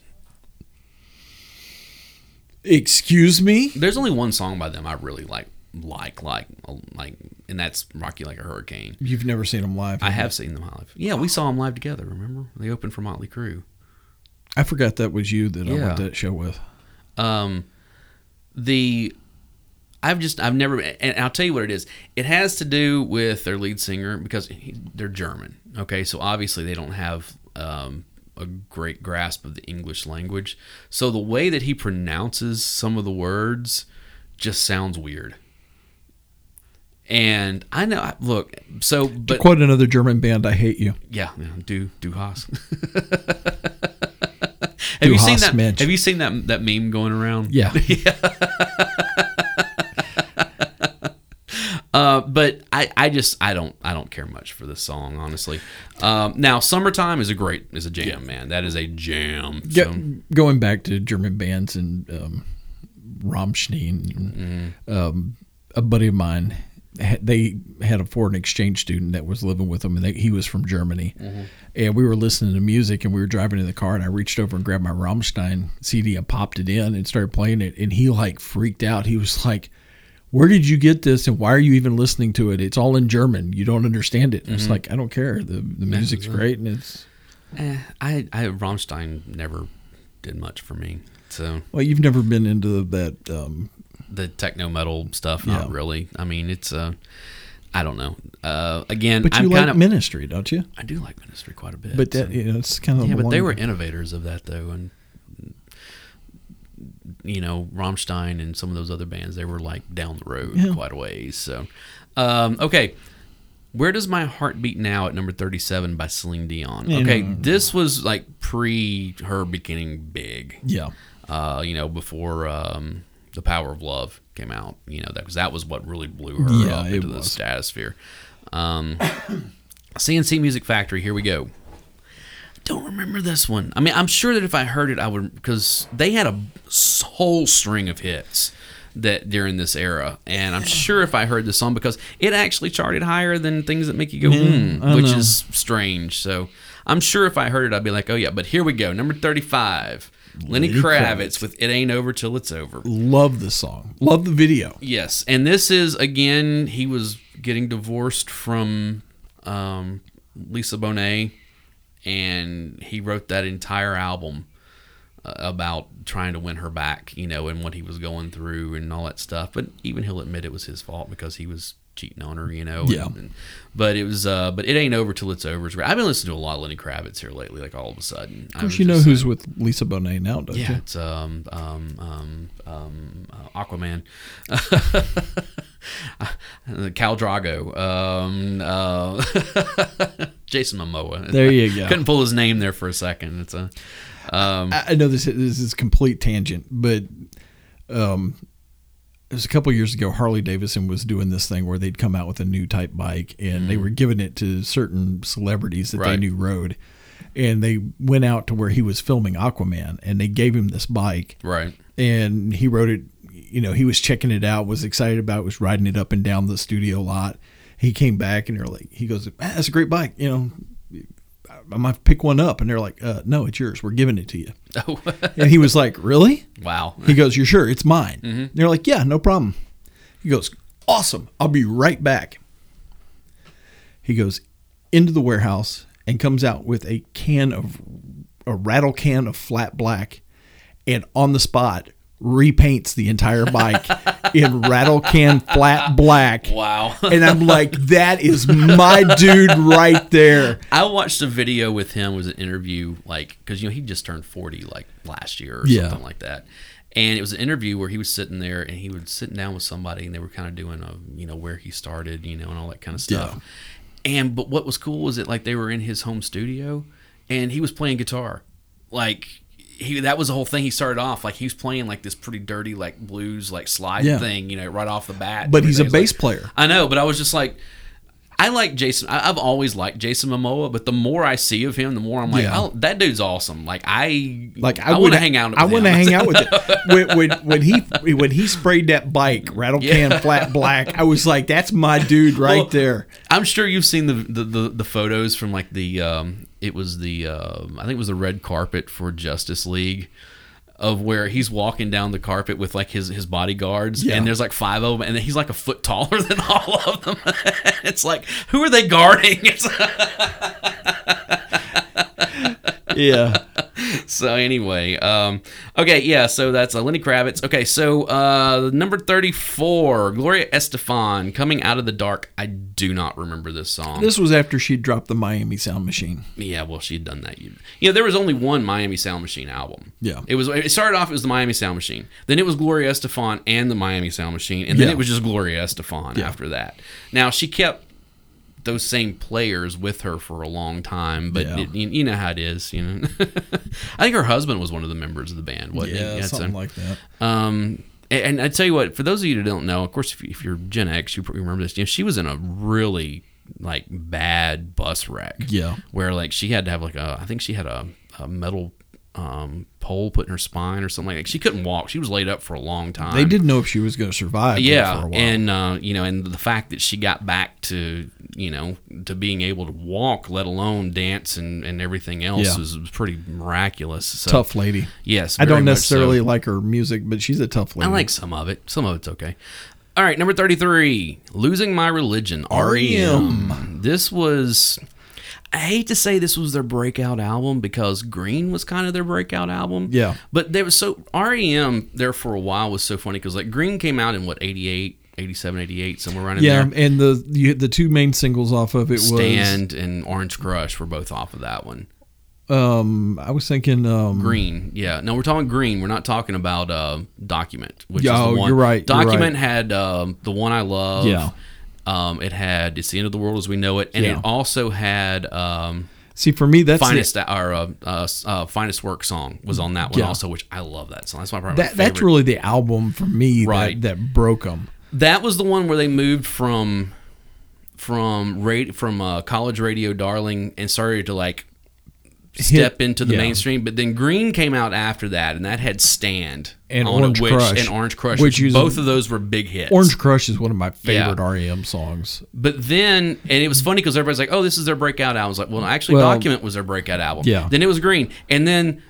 Excuse me? There's only one song by them I really like, like, like, like, and that's "Rocky Like a Hurricane." You've never seen them live. I have seen them live. Yeah, we saw them live together. Remember, they opened for Motley Crue. I forgot that was you that I Yeah. went to that show with. Um, the I've just I've never, and I'll tell you what it is. It has to do with their lead singer because he, they're German. Okay, so obviously they don't have um, a great grasp of the English language. So the way that he pronounces some of the words just sounds weird. And I know, I- look, so To but quote another German band, I hate you. yeah, yeah do do Haas. have you seen Haas that? Mensch. Have you seen that that meme going around? Yeah. Uh, but I, I just I don't I don't care much for this song honestly. Um, now summertime is a great is a jam man that is a jam. Yeah, So, going back to German bands and um, Rammstein, um, a buddy of mine, ha- they had a foreign exchange student that was living with them, and they, he was from Germany. And we were listening to music, and we were driving in the car, and I reached over and grabbed my Rammstein CD and popped it in and started playing it, and he like freaked out. He was like. Where did you get this, and why are you even listening to it? It's all in German. You don't understand it. And It's like I don't care. The the music's great, and it's eh, I I Rammstein never did much for me. So well. You've never been into that um, the techno metal stuff not Yeah. really. I mean it's uh I don't know. Uh, again, But you I'm like kind of ministry, don't you? I do like Ministry quite a bit. But so- that, you know, it's kind of yeah, but they one- were innovators of that though, and you know, Rammstein and some of those other bands, they were like down the road Yeah. quite a ways. So, um, okay. Where does my heart beat now at number thirty-seven by Celine Dion? Okay, this was like pre her beginning big yeah, uh, you know, before um, the Power of Love came out, you know, that because that was what really blew her Yeah, up it into the was. stratosphere. Um, CNC Music Factory, here we go. Don't remember this one. I mean, I'm sure that if I heard it, I would because they had a s- whole string of hits that during this era, and I'm sure if I heard this song because it actually charted higher than things that make you go, I hmm, which know. is strange. So I'm sure if I heard it, I'd be like, oh yeah. But here we go, number 35, Lenny Lenny Kravitz with "It Ain't Over Till It's Over." love the song, love the video. Yes, and this is again he was getting divorced from um, Lisa Bonet, and he wrote that entire album uh, about trying to win her back, you know, and what he was going through and all that stuff. But even he'll admit it was his fault because he was cheating on her, you know. Yeah. and- and- but it was, uh, but it ain't over till it's over. is great. I've been listening to a lot of Lenny Kravitz here lately, like all of a sudden. Of course, you know who's with Lisa Bonet now, don't Yeah, you? it's um um um um uh, Aquaman, Cal Drago, um uh, Jason Momoa. There you go. Couldn't pull his name there for a second. It's a um I I know this this is complete tangent, but um, it was a couple years ago. Harley Davidson was doing this thing where they'd come out with a new type bike, and they were giving it to certain celebrities that they Mm. Right. knew rode. And they went out to where he was filming Aquaman, and they gave him this bike, right. and he rode it. You know, he was checking it out, was excited about, it, was riding it up and down the studio lot. He came back, and they're like, he goes, "Ah, "That's a great bike," you know. I might pick one up, and they're like, uh, "No, it's yours. We're giving it to you." Oh And he was like, Really? wow. He goes, You're sure? It's mine. And they're like, Yeah, no problem. He goes, Awesome. I'll be right back. He goes into the warehouse and comes out with a can of a rattle can of flat black and on the spot repaints the entire bike in rattle can flat black. Wow. And I'm like, that is my dude right there. I watched a video with him. It was an interview, like because you know he just turned forty like last year or Yeah. something like that. And it was an interview where he was sitting there and he was sitting down with somebody and they were kind of doing a you know where he started you know and all that kind of stuff. And but what was cool was that like they were in his home studio and he was playing guitar, like. He, that was the whole thing. He started off like he was playing like this pretty dirty like blues like slide Yeah. thing, you know, right off the bat. But he's a Everything was like- bass player. I know, but I was just like, I like Jason. I, I've always liked Jason Momoa, but the more I see of him, the more I'm like, Yeah. oh, that dude's awesome. Like I, Like I, want would to hang out. With I want to him. hang out with it. When, when, when he when he sprayed that bike rattle can flat black, I was like, "That's my dude right Well, there." I'm sure you've seen the the, the, the photos from like the um, it was the um, I think it was the red carpet for Justice League. Of where he's walking down the carpet with like his his bodyguards, Yeah. and there's like five of them, and then he's like a foot taller than all of them. it's like, who are they guarding? It's, Yeah, so anyway, um, okay, yeah, so that's uh, Lenny Kravitz. Okay, so uh, number thirty-four, Gloria Estefan, "Coming Out of the Dark." I do not remember this song. this was after she dropped the Miami Sound Machine. yeah, well, she had done that. You you know, there was only one Miami Sound Machine album. Yeah. it was. It started off it was the Miami Sound Machine, then it was Gloria Estefan and the Miami Sound Machine, and then Yeah. it was just Gloria Estefan after that. Now she kept those same players with her for a long time, but Yeah. it, you, you know how it is. You know, I think her husband was one of the members of the band, wasn't he? so- like that. um, and, and I tell you what, for those of you that don't know, of course, if, you- if you're Gen X, you probably remember this. You know, she was in a really like bad bus wreck. Yeah. where like she had to have like a, I think she had a, a metal um, pole put in her spine or something like that. She couldn't walk. She was laid up for a long time. They didn't know if she was going to survive. there Yeah, for a while. and uh, you know, and the fact that she got back to you know to being able to walk, let alone dance and, and everything else, Yeah. was, was pretty miraculous. So, tough lady. yes, I very don't much so. necessarily like her music, but she's a tough I lady. like some of it. Some of it's okay. All right, number 33, Losing My Religion, E REM. This was I hate to say this was their breakout album because Green was kind of their breakout album. Yeah. But they was so REM there for a while was so funny cuz like Green came out in what 88, 87, 88 somewhere around in yeah, there. and the you, the two main singles off of it was Stand and Orange Crush were both off of that one. um I was thinking um Green, yeah. No, we're talking green. We're not talking about uh, document, which Yeah, is oh, the one. you're right, you're right. Document had um, the one I love. Yeah. Um, it had it's the end of the world as we know it, and Yeah. it also had um, see for me that's finest our uh, uh, uh, finest work song was on that one Yeah. also, which I love that song. That's my probably my that, that's favorite. really the album for me Right. that, that broke them. that was the one where they moved from from rate from uh, college radio darling and started to like step into the yeah. mainstream but then green came out after that and that had stand And it, Orange which, Crush, and orange crush which, which is- both of those were big hits Orange Crush is one of my Yeah. favorite REM songs. but then and it was funny because everybody's like oh this is their breakout album I was like well actually Well, document was their breakout album yeah. then it was green and then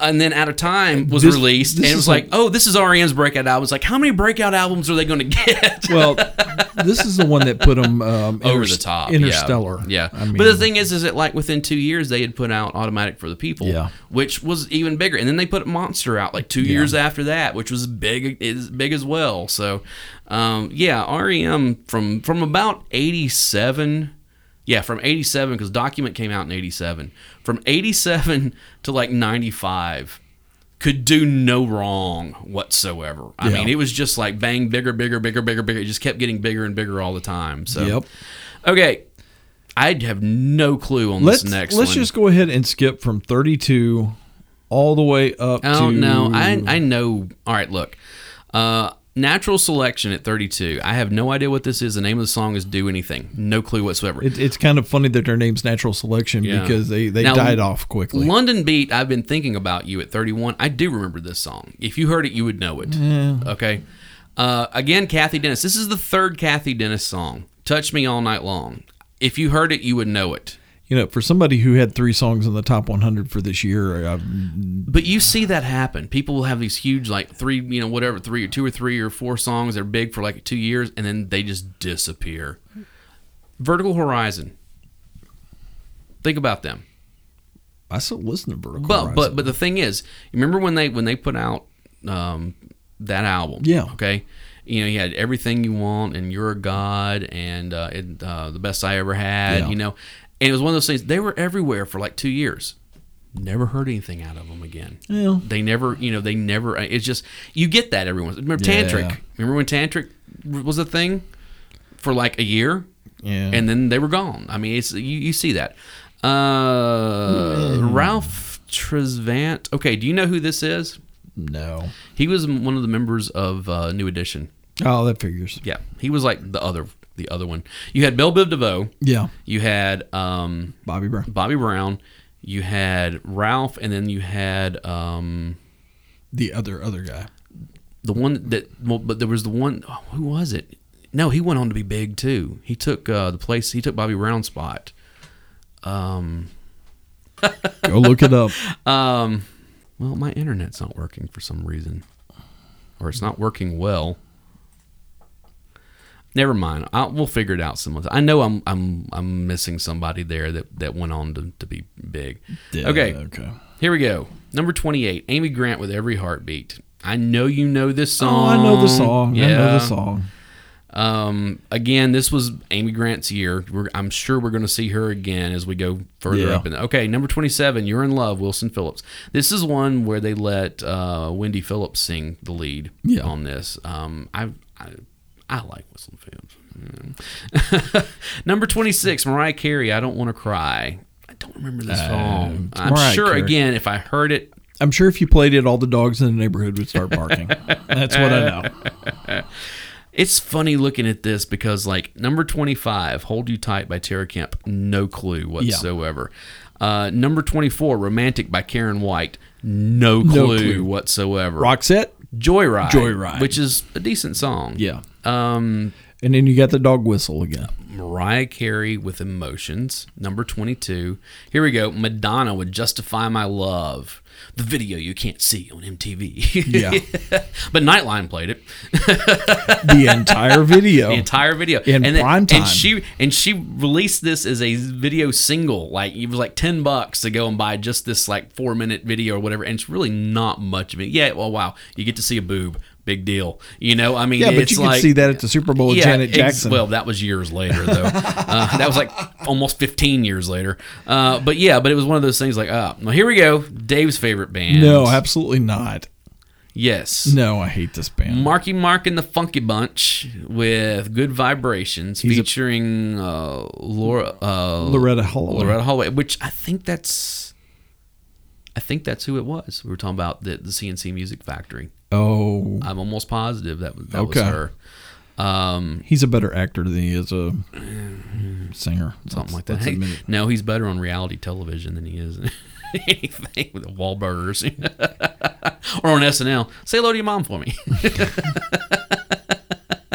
and then Out of Time was This- released, this and it is was like, like- oh, this is REM's breakout album. It's like, how many breakout albums are they going to get? Well, this is the one that put them um, Over interst- the top, yeah. Interstellar. Yeah, I mean, but the thing is, is that like within two years they had put out Automatic for the People, Yeah. which was even bigger, and then they put Monster out like two years after that, which was big, is big as well. So, um, yeah, REM from from about eighty seven, yeah, from eighty seven because Document came out in eighty seven, from eighty seven to like ninety five. Could do no wrong whatsoever. I Yeah. mean, it was just like bang, bigger, bigger, bigger, bigger, bigger. It just kept getting bigger and bigger all the time. So, Yep. Okay. I have no clue on let's this next let's one. just go ahead and skip from 32 all the way up I don't to know. I, I know. All right, look. Uh, natural selection at 32. I have no idea what this is. The name of the song is Do Anything. No clue whatsoever. It, it's kind of funny that their name's Natural Selection Yeah. because they, they Now, died off quickly. London Beat, I've been thinking about you at 31. I do remember this song. If you heard it, you would know it. Okay. Uh, again, Kathy Dennis. This is the third Kathy Dennis song, Touch Me All Night Long. If you heard it, you would know it. You know, for somebody who had three songs in the top 100 for this year, i But you see that happen. People will have these huge, like three, you know, whatever, three or two or three or four songs. They're big for like two years, and then they just disappear. Vertical Horizon. Think about them. I still listen to Vertical But Horizon. but but the thing is, you remember when they when they put out um, that album? Yeah. Okay. You know, you had everything you want, and you're a god, and uh, it, uh, the best I ever had. Yeah. You know, and it was one of those things. They were everywhere for like two years. Never heard anything out of them again. Yeah. They never, you know, they never. uh, It's just you get that everyone. Remember tantric? Yeah. Remember when tantric was a thing for like a year? Yeah. And then they were gone. I mean, it's you, you see that. Uh, Mm. Ralph Tresvant. Okay, do you know who this is? no. He was m- one of the members of uh, New Edition. Oh, that figures. Yeah, he was like the other, the other one. You had Bill Biv DeVoe. Yeah. You had um, Bobby Brown. Bobby Brown. You had Ralph, and then you had um, The other other guy. the one that well, but there was the one oh, who was it no he went on to be big too he took uh, the place he took bobby brown's spot um Go look it up. um well my internet's not working for some reason or it's not working well never mind I'll, we'll figure it out some other i know i'm i'm i'm missing somebody there that that went on to, to be big Yeah, okay Okay. here we go number 28 amy grant with every heartbeat i know you know this Oh, song I know the song. I know Yeah. the song. Um, again, this was Amy Grant's year. We're, I'm sure we're going to see her again as we go further Yeah. up. In okay, number 27, "You're in Love," Wilson Phillips. This is one where they let uh, Wendy Phillips sing the lead Yeah. on this. Um, I, I I like Wilson Phillips. Mm. number 26, Mariah Carey. I don't want to cry. I don't remember this song. it's I'm Uh, Mariah sure Carey. again if I heard it, I'm sure if you played it, all the dogs in the neighborhood would start barking. That's what I know. It's funny looking at this because like number 25, Hold You Tight by Tara Kemp, no clue whatsoever. Uh, number 24, Romantic by Karen White, no clue, clue. whatsoever. Roxette. Joyride. Joyride. Which is a decent song. Yeah. Um, And then you got the dog whistle again. Mariah Carey with Emotions, number 22. Here we go. Madonna would Justify My Love, the video you can't see on MTV. Yeah. but Nightline played it. The entire video. the entire video Oh. In and then- prime time. And she and she released this as a video single. Like it was like ten bucks to go and buy just this like four minute video or whatever. And it's really not much of it. Yeah, well, wow, you get to see a boob, big deal. You know, I mean, yeah, but it's you like, could see that at the Super Bowl with Janet ex- Jackson. well, that was years later though. uh, that was like almost fifteen years later. Uh, but yeah, but it was one of those things like, ah, well, here we go. Dave's favorite band. no, absolutely not. yes, No, I hate this band. Marky Mark and the Funky Bunch with Good Vibrations featuring uh, Laura uh, Loretta Holloway. Loretta Holloway, which I think that's I think that's who it was. We were talking about the, the CNC Music Factory. Oh, I'm almost positive that was- that Okay. was her. Um, he's a better actor than he is a singer. something like that. Let's Hey, admit it. no, he's better on reality television than he is anything with the Wahlburgers or on SNL. Say hello to your mom for me.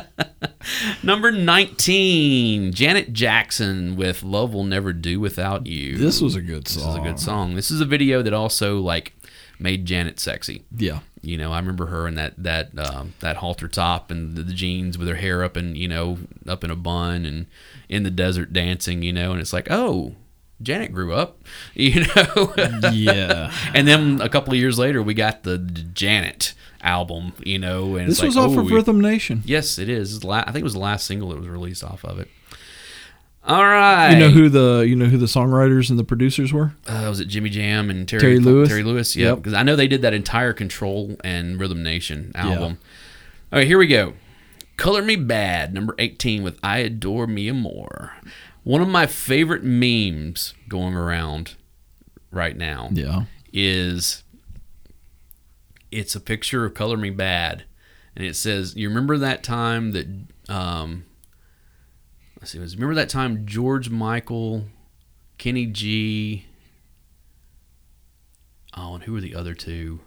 Number 19, Janet Jackson with Love Will Never Do Without You. This was a good song. This is a good song. This is a video that also like made Janet sexy. Yeah. You know, I remember her in that that um, that halter top and the, the jeans with her hair up and you know up in a bun and in the desert dancing. You know, and it's like, oh, Janet grew up. You know, Yeah. and then a couple of years later, we got the Janet album. You know, and this it's was like, off oh, of Rhythm Nation. Yes, it is. It's the la- I think it was the last single that was released off of it. All right. You know who the you know who the songwriters and the producers were? Uh, was it Jimmy Jam and Terry, Terry Lewis? Terry Lewis, yeah. Yep. Because I know they did that entire Control and Rhythm Nation album. All right, here we go. Color Me Bad, number 18, with I Adore Mia Moore. One of my favorite memes going around right now Yeah. is it's a picture of Color Me Bad, and it says, "You remember that time that um, let's see, it was remember that time George Michael, Kenny G, oh, and who were the other two?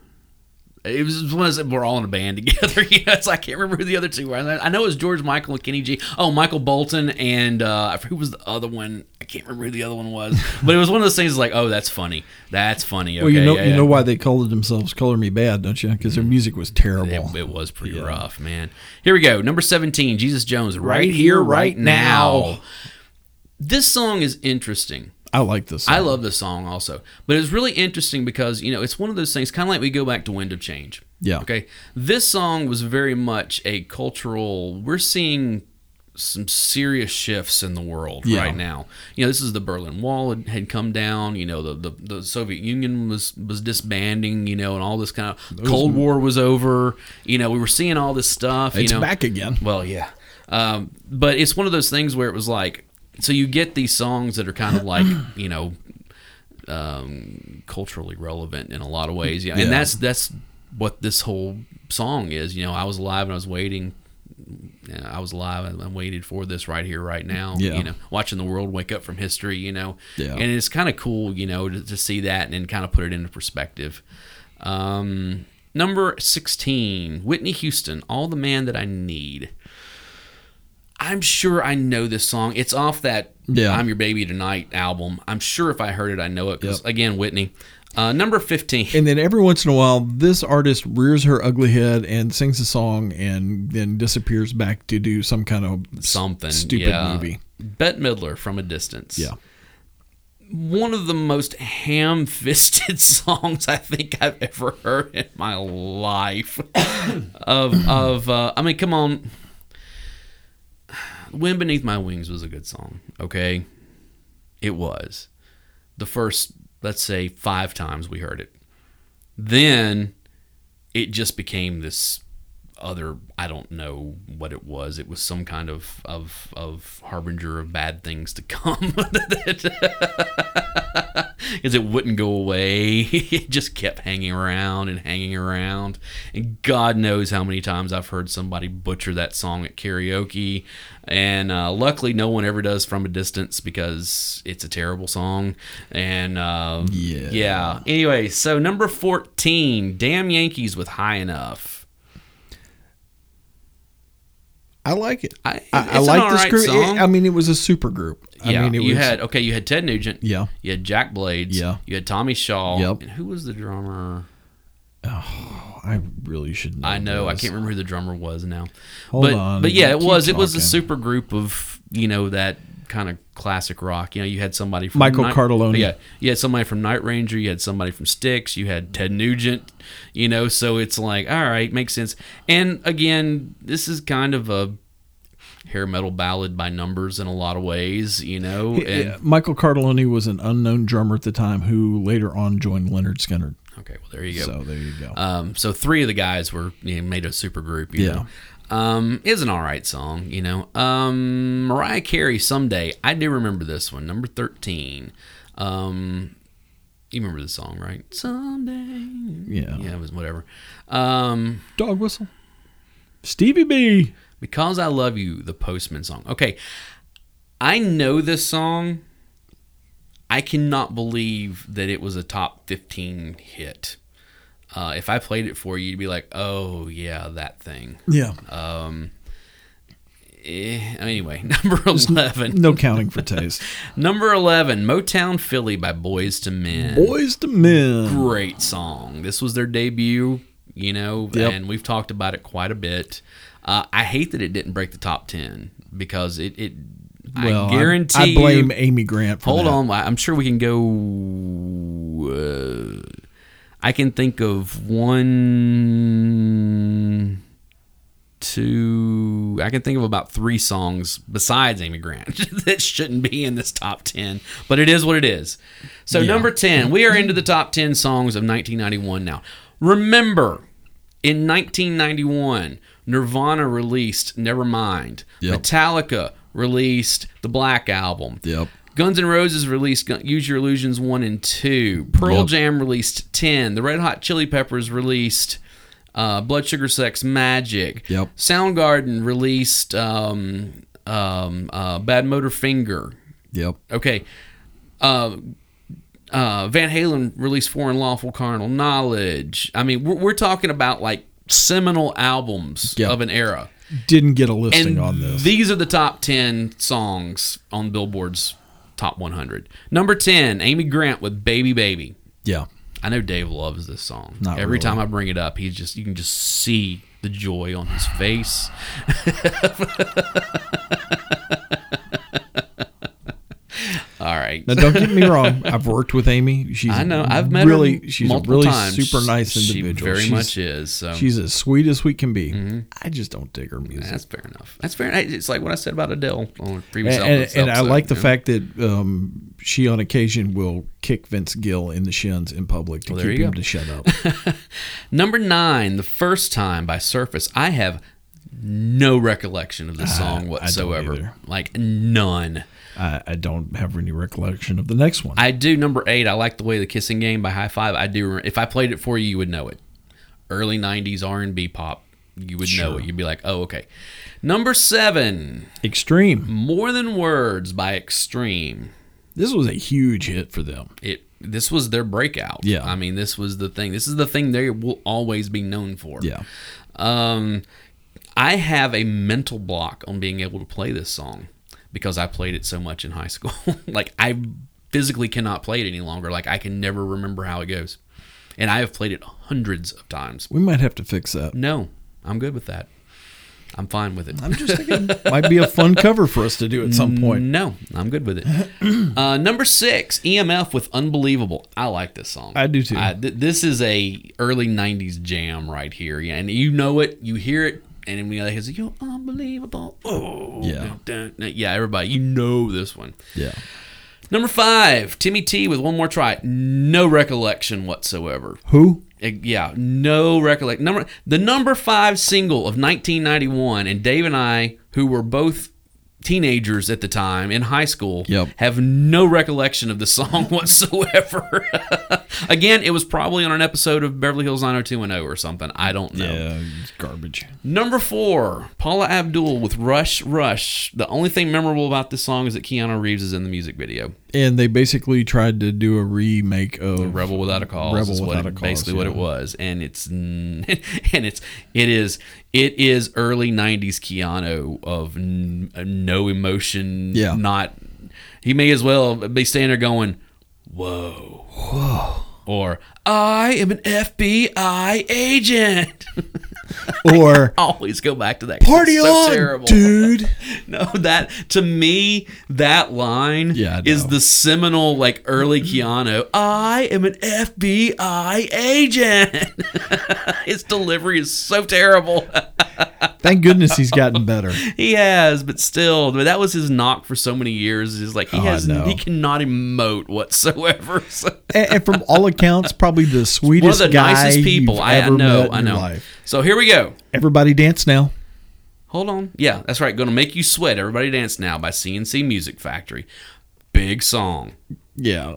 It was one of those- we're all in a band together. you know, it's like, I can't remember who the other two were. I I know it was George Michael and Kenny G. Oh, Michael Bolton and uh, who was the other one? I can't remember who the other one was. But it was one of those things like, oh, that's funny. That's funny. Okay, well, you know yeah, you yeah. Mm. know why they called themselves "Color Me Bad," don't you? Because their music was terrible. It, it was pretty rough, man. Here we go. Number 17, Jesus Jones, right, here, right now. This song is interesting. I like this. Song. I love this song also, but it's really interesting because, you know, it's one of those things, kind of like we go back to Wind of Change. Yeah. Okay. This song was very much a cultural, we're seeing some serious shifts in the world Yeah. right now. You know, this is the Berlin Wall had, had come down. You know, the, the, the Soviet Union was was disbanding. You know, and all this kind of Cold War was over. You know, we were seeing all this stuff. It's you know, back again. well, yeah. Um, but it's one of those things where it was like, so you get these songs that are kind of like, you know, um, culturally relevant in a lot of ways. Yeah. And Yeah. that's, that's what this whole song is. You know, I was alive and I was waiting. Yeah, I was alive and I waited for this right here, right now. Yeah. You know, watching the world wake up from history, you know. Yeah. And it's kind of cool, you know, to, to see that and then kind of put it into perspective. Um, number 16, Whitney Houston, All the Man That I Need. I'm sure I know this song. It's off that Yeah. I'm Your Baby Tonight album. I'm sure if I heard it, I know it. 'cause, Yep. again, Whitney. Uh, number 15. And then every once in a while, this artist rears her ugly head and sings a song, and then disappears back to do some kind of something. stupid yeah. movie. Bette Midler from a distance. Yeah. One of the most ham fisted songs I think I've ever heard in my life. of of uh, I mean, come on. Wind Beneath My Wings was a good song, okay? It was. The first, let's say, five times we heard it. Then it just became this other I don't know what it was. It was some kind of of of harbinger of bad things to come. Because it wouldn't go away. It just kept hanging around and hanging around. And God knows how many times I've heard somebody butcher that song at karaoke. And uh, luckily, no one ever does From a Distance because it's a terrible song. And uh, Yeah. yeah. Anyway, so number 14, Damn Yankees with High Enough. I like it. I- I, I it's an like this alright group. song. I mean, it was a super group. I yeah, mean, it you was, had okay. You had Ted Nugent. Yeah. You had Jack Blades. Yeah. You had Tommy Shaw. Yep. And who was the drummer? Oh, I really should. Know I know. I this. can't remember who the drummer was now. Hold but on. but yeah, it Keep was. It was a talking. super group of you know that kind of classic rock. You know, you had somebody from Michael Night- Cardelloni. Yeah, you had somebody from Night Ranger. You had somebody from Styx. You had Ted Nugent. You know, so it's like all right, makes sense. And again, this is kind of a hair metal ballad by numbers in a lot of ways. You know, and Yeah, Michael Cardelloni was an unknown drummer at the time who later on joined Leonard Skinner. okay, well there you go. So there you go. Um, so three of the guys were you know, made a super group. You Yeah. Know? Um, is an all right song, you know. Um, Mariah Carey, someday I do remember this one, number thirteen. Um, you remember the song, right? Someday. yeah. Yeah, it was whatever. Um, Dog whistle. Stevie B. because I love you, the Postman song. Okay, I know this song. I cannot believe that it was a top fifteen hit. Uh, if I played it for you, you'd be like, "Oh yeah, that thing." Yeah. Um, eh, anyway, number 11. No counting for taste. Number 11, Motown Philly by Boys to Men. Boys to Men. great song. This was their debut, you know, Yep. and we've talked about it quite a bit. Uh, I hate that it didn't break the top ten because it. it Well, I guarantee. I, blame you- Amy Grant for hold that. on, I- I'm sure we can go. Uh, I can think of one, two. I can think of about three songs besides Amy Grant that shouldn't be in this top ten, but it is what it is. So number ten, we are into the top ten songs of 1991 now. Remember, in 1991, Nirvana released Nevermind. Yep. Metallica released the Black Album. Yep. Guns N' Roses released Gun- Use Your Illusions 1 and 2. Pearl Yep. Jam released 10. The Red Hot Chili Peppers released uh, Blood Sugar Sex Magic. Yep. Soundgarden released um, um, uh, Bad Motor Finger. Yep. Okay. Uh, uh, Van Halen released Foreign Lawful Carnal Knowledge. I mean, we're, we're talking about like seminal albums Yeah. of an era. Didn't get a listing And on this. these are the top 10 songs on Billboard's Top 100. Number 10, Amy Grant with Baby Baby. yeah. I know Dave loves this song. Not Every really. time I bring it up, he's just you can just see the joy on his face. All right. Now, don't get me wrong. I've worked with Amy. She's I know. I've met really, her She's a multiple really times. super nice She individual. very she's, much is. So Mm-hmm. She's as sweet as sweet can be. I just don't dig her music. that's fair enough. That's fair. It's like what I said about Adele on a previous And, album. and, and I episode, like the you know? fact that um, she, on occasion, will kick Vince Gill in the shins in public to Well, there keep you him go. to shut up. Number nine, the first time by Surface. I have no recollection of this song Ah, either. whatsoever. Like none. I, I don't have any recollection of the next one. I do number eight. I like the way the kissing game by High Five. I do. If I played it for you, you would know it. Early '90s R&B pop. You would know it. You'd be like, oh, okay. Number seven, Extreme. More Than Words by Extreme. This was a huge hit for them. It. This was their breakout. Yeah. I mean, this was the thing. This is the thing they will always be known for. Yeah. Um, I have a mental block on being able to play this song because I played it so much in high school. like I physically cannot play it any longer. Like I can never remember how it goes, and I have played it hundreds of times. We might have to fix that. No, I'm good with that. I'm fine with it. I'm just thinking might be a fun cover for us to do at some point. No, I'm good with it. uh, number six, EMF with "Unbelievable." I like this song. I do too. th- this is a early '90s jam right here, yeah, and you know it, you hear it, and then we like, it's, "You're unbelievable." Oh, Yeah. dun, dun, dun. yeah, everybody, you know this one. Yeah. Number five, Timmy T with "One More Try." No recollection whatsoever. Who? Eh, yeah, no recollect number the number five single of 1991, and Dave and I, who were both teenagers at the time in high school, Yep. have no recollection of the song whatsoever. Again, it was probably on an episode of Beverly Hills 90210 or something. I don't know. Yeah, it's garbage. Number four, Paula Abdul with "Rush, Rush." The only thing memorable about this song is that Keanu Reeves is in the music video. And they basically tried to do a remake of Rebel Without a Cause. Rebel is what Without it- a Cause, Basically, what yeah. it was, and it's n- and it's it is it is early '90s Keanu of n- no emotion. Yeah. not he may as well be standing there going, "Whoa, whoa," or "I am an FBI agent." or Always go back to that. 'cause it's Party so on, terrible. dude. No, that to me, that line Yeah, I is know. Mm-hmm. the seminal, like early Keanu. I am an FBI agent. His delivery is so terrible. Thank goodness he's gotten better. he has, but still, but that was his knock for so many years. Is like he Oh, I has, know. he cannot emote whatsoever. So- And, and from all accounts, probably the One of sweetest the guy nicest people you've I, I ever know. met I in your know. life. So here we go. Everybody dance now. Hold on. Yeah, that's right. Gonna make you sweat. Everybody dance now by CNC Music Factory. Big song. Yeah,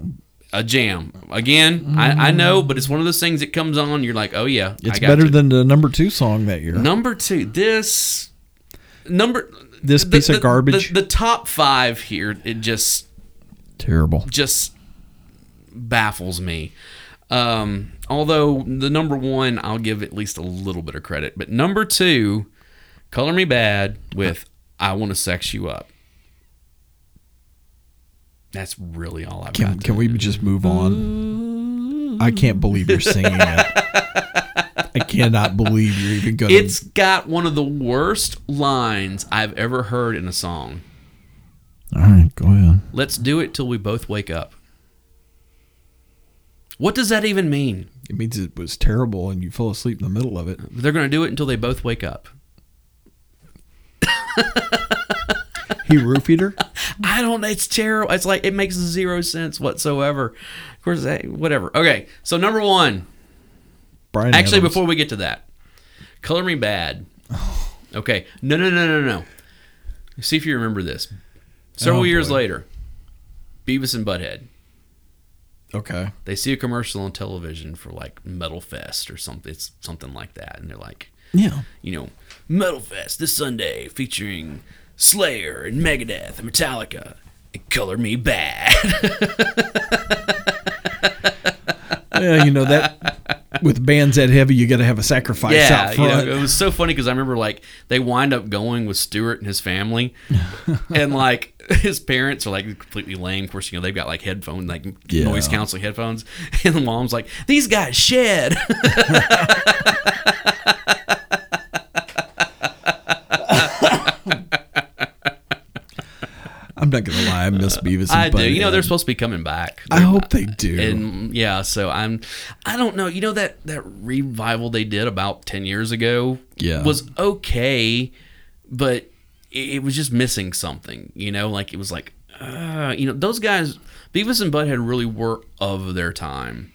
a jam again. I, I know, but it's one of those things that comes on. You're like, oh yeah, I it's got better you. than the number two song that year. number two. This number, This piece of garbage. The, the top five here, it just Terrible. just baffles me. Um, although the number one, I'll give at least a little bit of credit, but number two, "Color Me Bad" with I want to sex you up. That's really all I've Can, got. can we just move on? I can't believe you're singing it. I cannot believe you're even going. It's got one of the worst lines I've ever heard in a song. all right. Go ahead. Let's do it till we both wake up. What does that even mean? It means it was terrible, and you fell asleep in the middle of it. They're going to do it until they both wake up. He roof eater. I don't. It's terrible. It's like it makes zero sense whatsoever. Of course, hey, whatever. Okay, so number one. Brian. Actually, Adams. before we get to that, color me bad. Okay, no, no, no, no, no. See if you remember this. Several Oh, years boy. later, Beavis and Butthead. Okay. They see a commercial on television for like Metal Fest or something. It's something like that, and they're like, Yeah. you know, Metal Fest this Sunday featuring Slayer and Megadeth and Metallica. And color me bad. Yeah. You know that with bands that heavy, you got to have a sacrifice out you know, front. it was so funny because I remember like they wind up going with Stuart and his family, and like his parents are like completely lame. Of course, you know they've got like headphones, like Yeah. noise canceling headphones, and mom's like, "These guys shed." I'm not gonna lie. I miss Beavis. And Uh, I do. You know Butthead. they're supposed to be coming back. I hope they do. and yeah, so I'm. I don't know. You know that that revival they did about ten years ago. Yeah. was okay, but it, it was just missing something. You know, like it was like, uh, you know, those guys, Beavis and Butthead, really were of their time,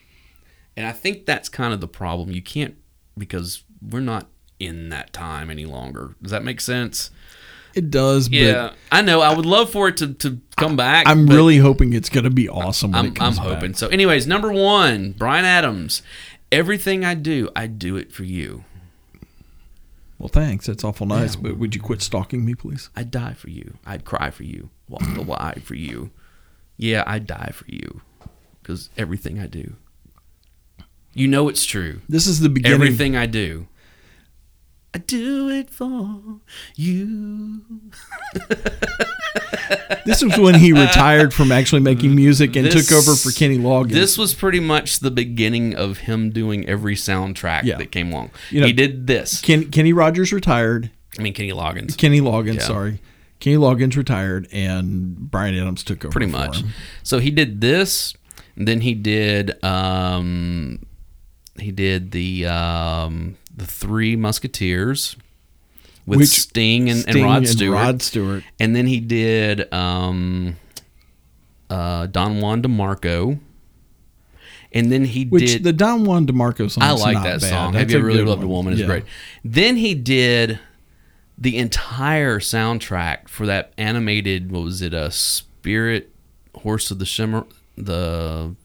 and I think that's kind of the problem. You can't because we're not in that time any longer. Does that make sense? it does. Yeah, But I know. I would love for it to to come back. I'm but- really hoping it's gonna be awesome. When I'm, it I'm comes back. hoping. So, anyways, number one, Brian Adams. Everything I do, I do it for you. Well, thanks. That's awful nice. But would you quit stalking me, please? I'd die for you. I'd cry for you. Walk the lie for you. Yeah, I'd die for you. Because everything I do, you know it's true. This is the beginning. Everything I do, I do it for you. This was when he retired from actually making music and This- took over for Kenny Loggins. This was pretty much the beginning of him doing every soundtrack Yeah. that came along. You know- he did this. Ken, Kenny Rogers retired. I mean, Kenny Loggins. Kenny Loggins, Yeah. sorry. Kenny Loggins retired, and Brian Adams took over. pretty for much. him. So he did this, and then he did um, he did the um, the Three Musketeers with Which- Sting and, Sting and Rod Stewart, Rod Stewart. and then he did um, uh, Don Juan DeMarco, and then he Which did. the Don Juan DeMarco song. I like that song. Have you ever really loved a woman? Is Is great. Then he did the entire soundtrack for that animated. What was it? A Spirit Horse of the Shimmer, the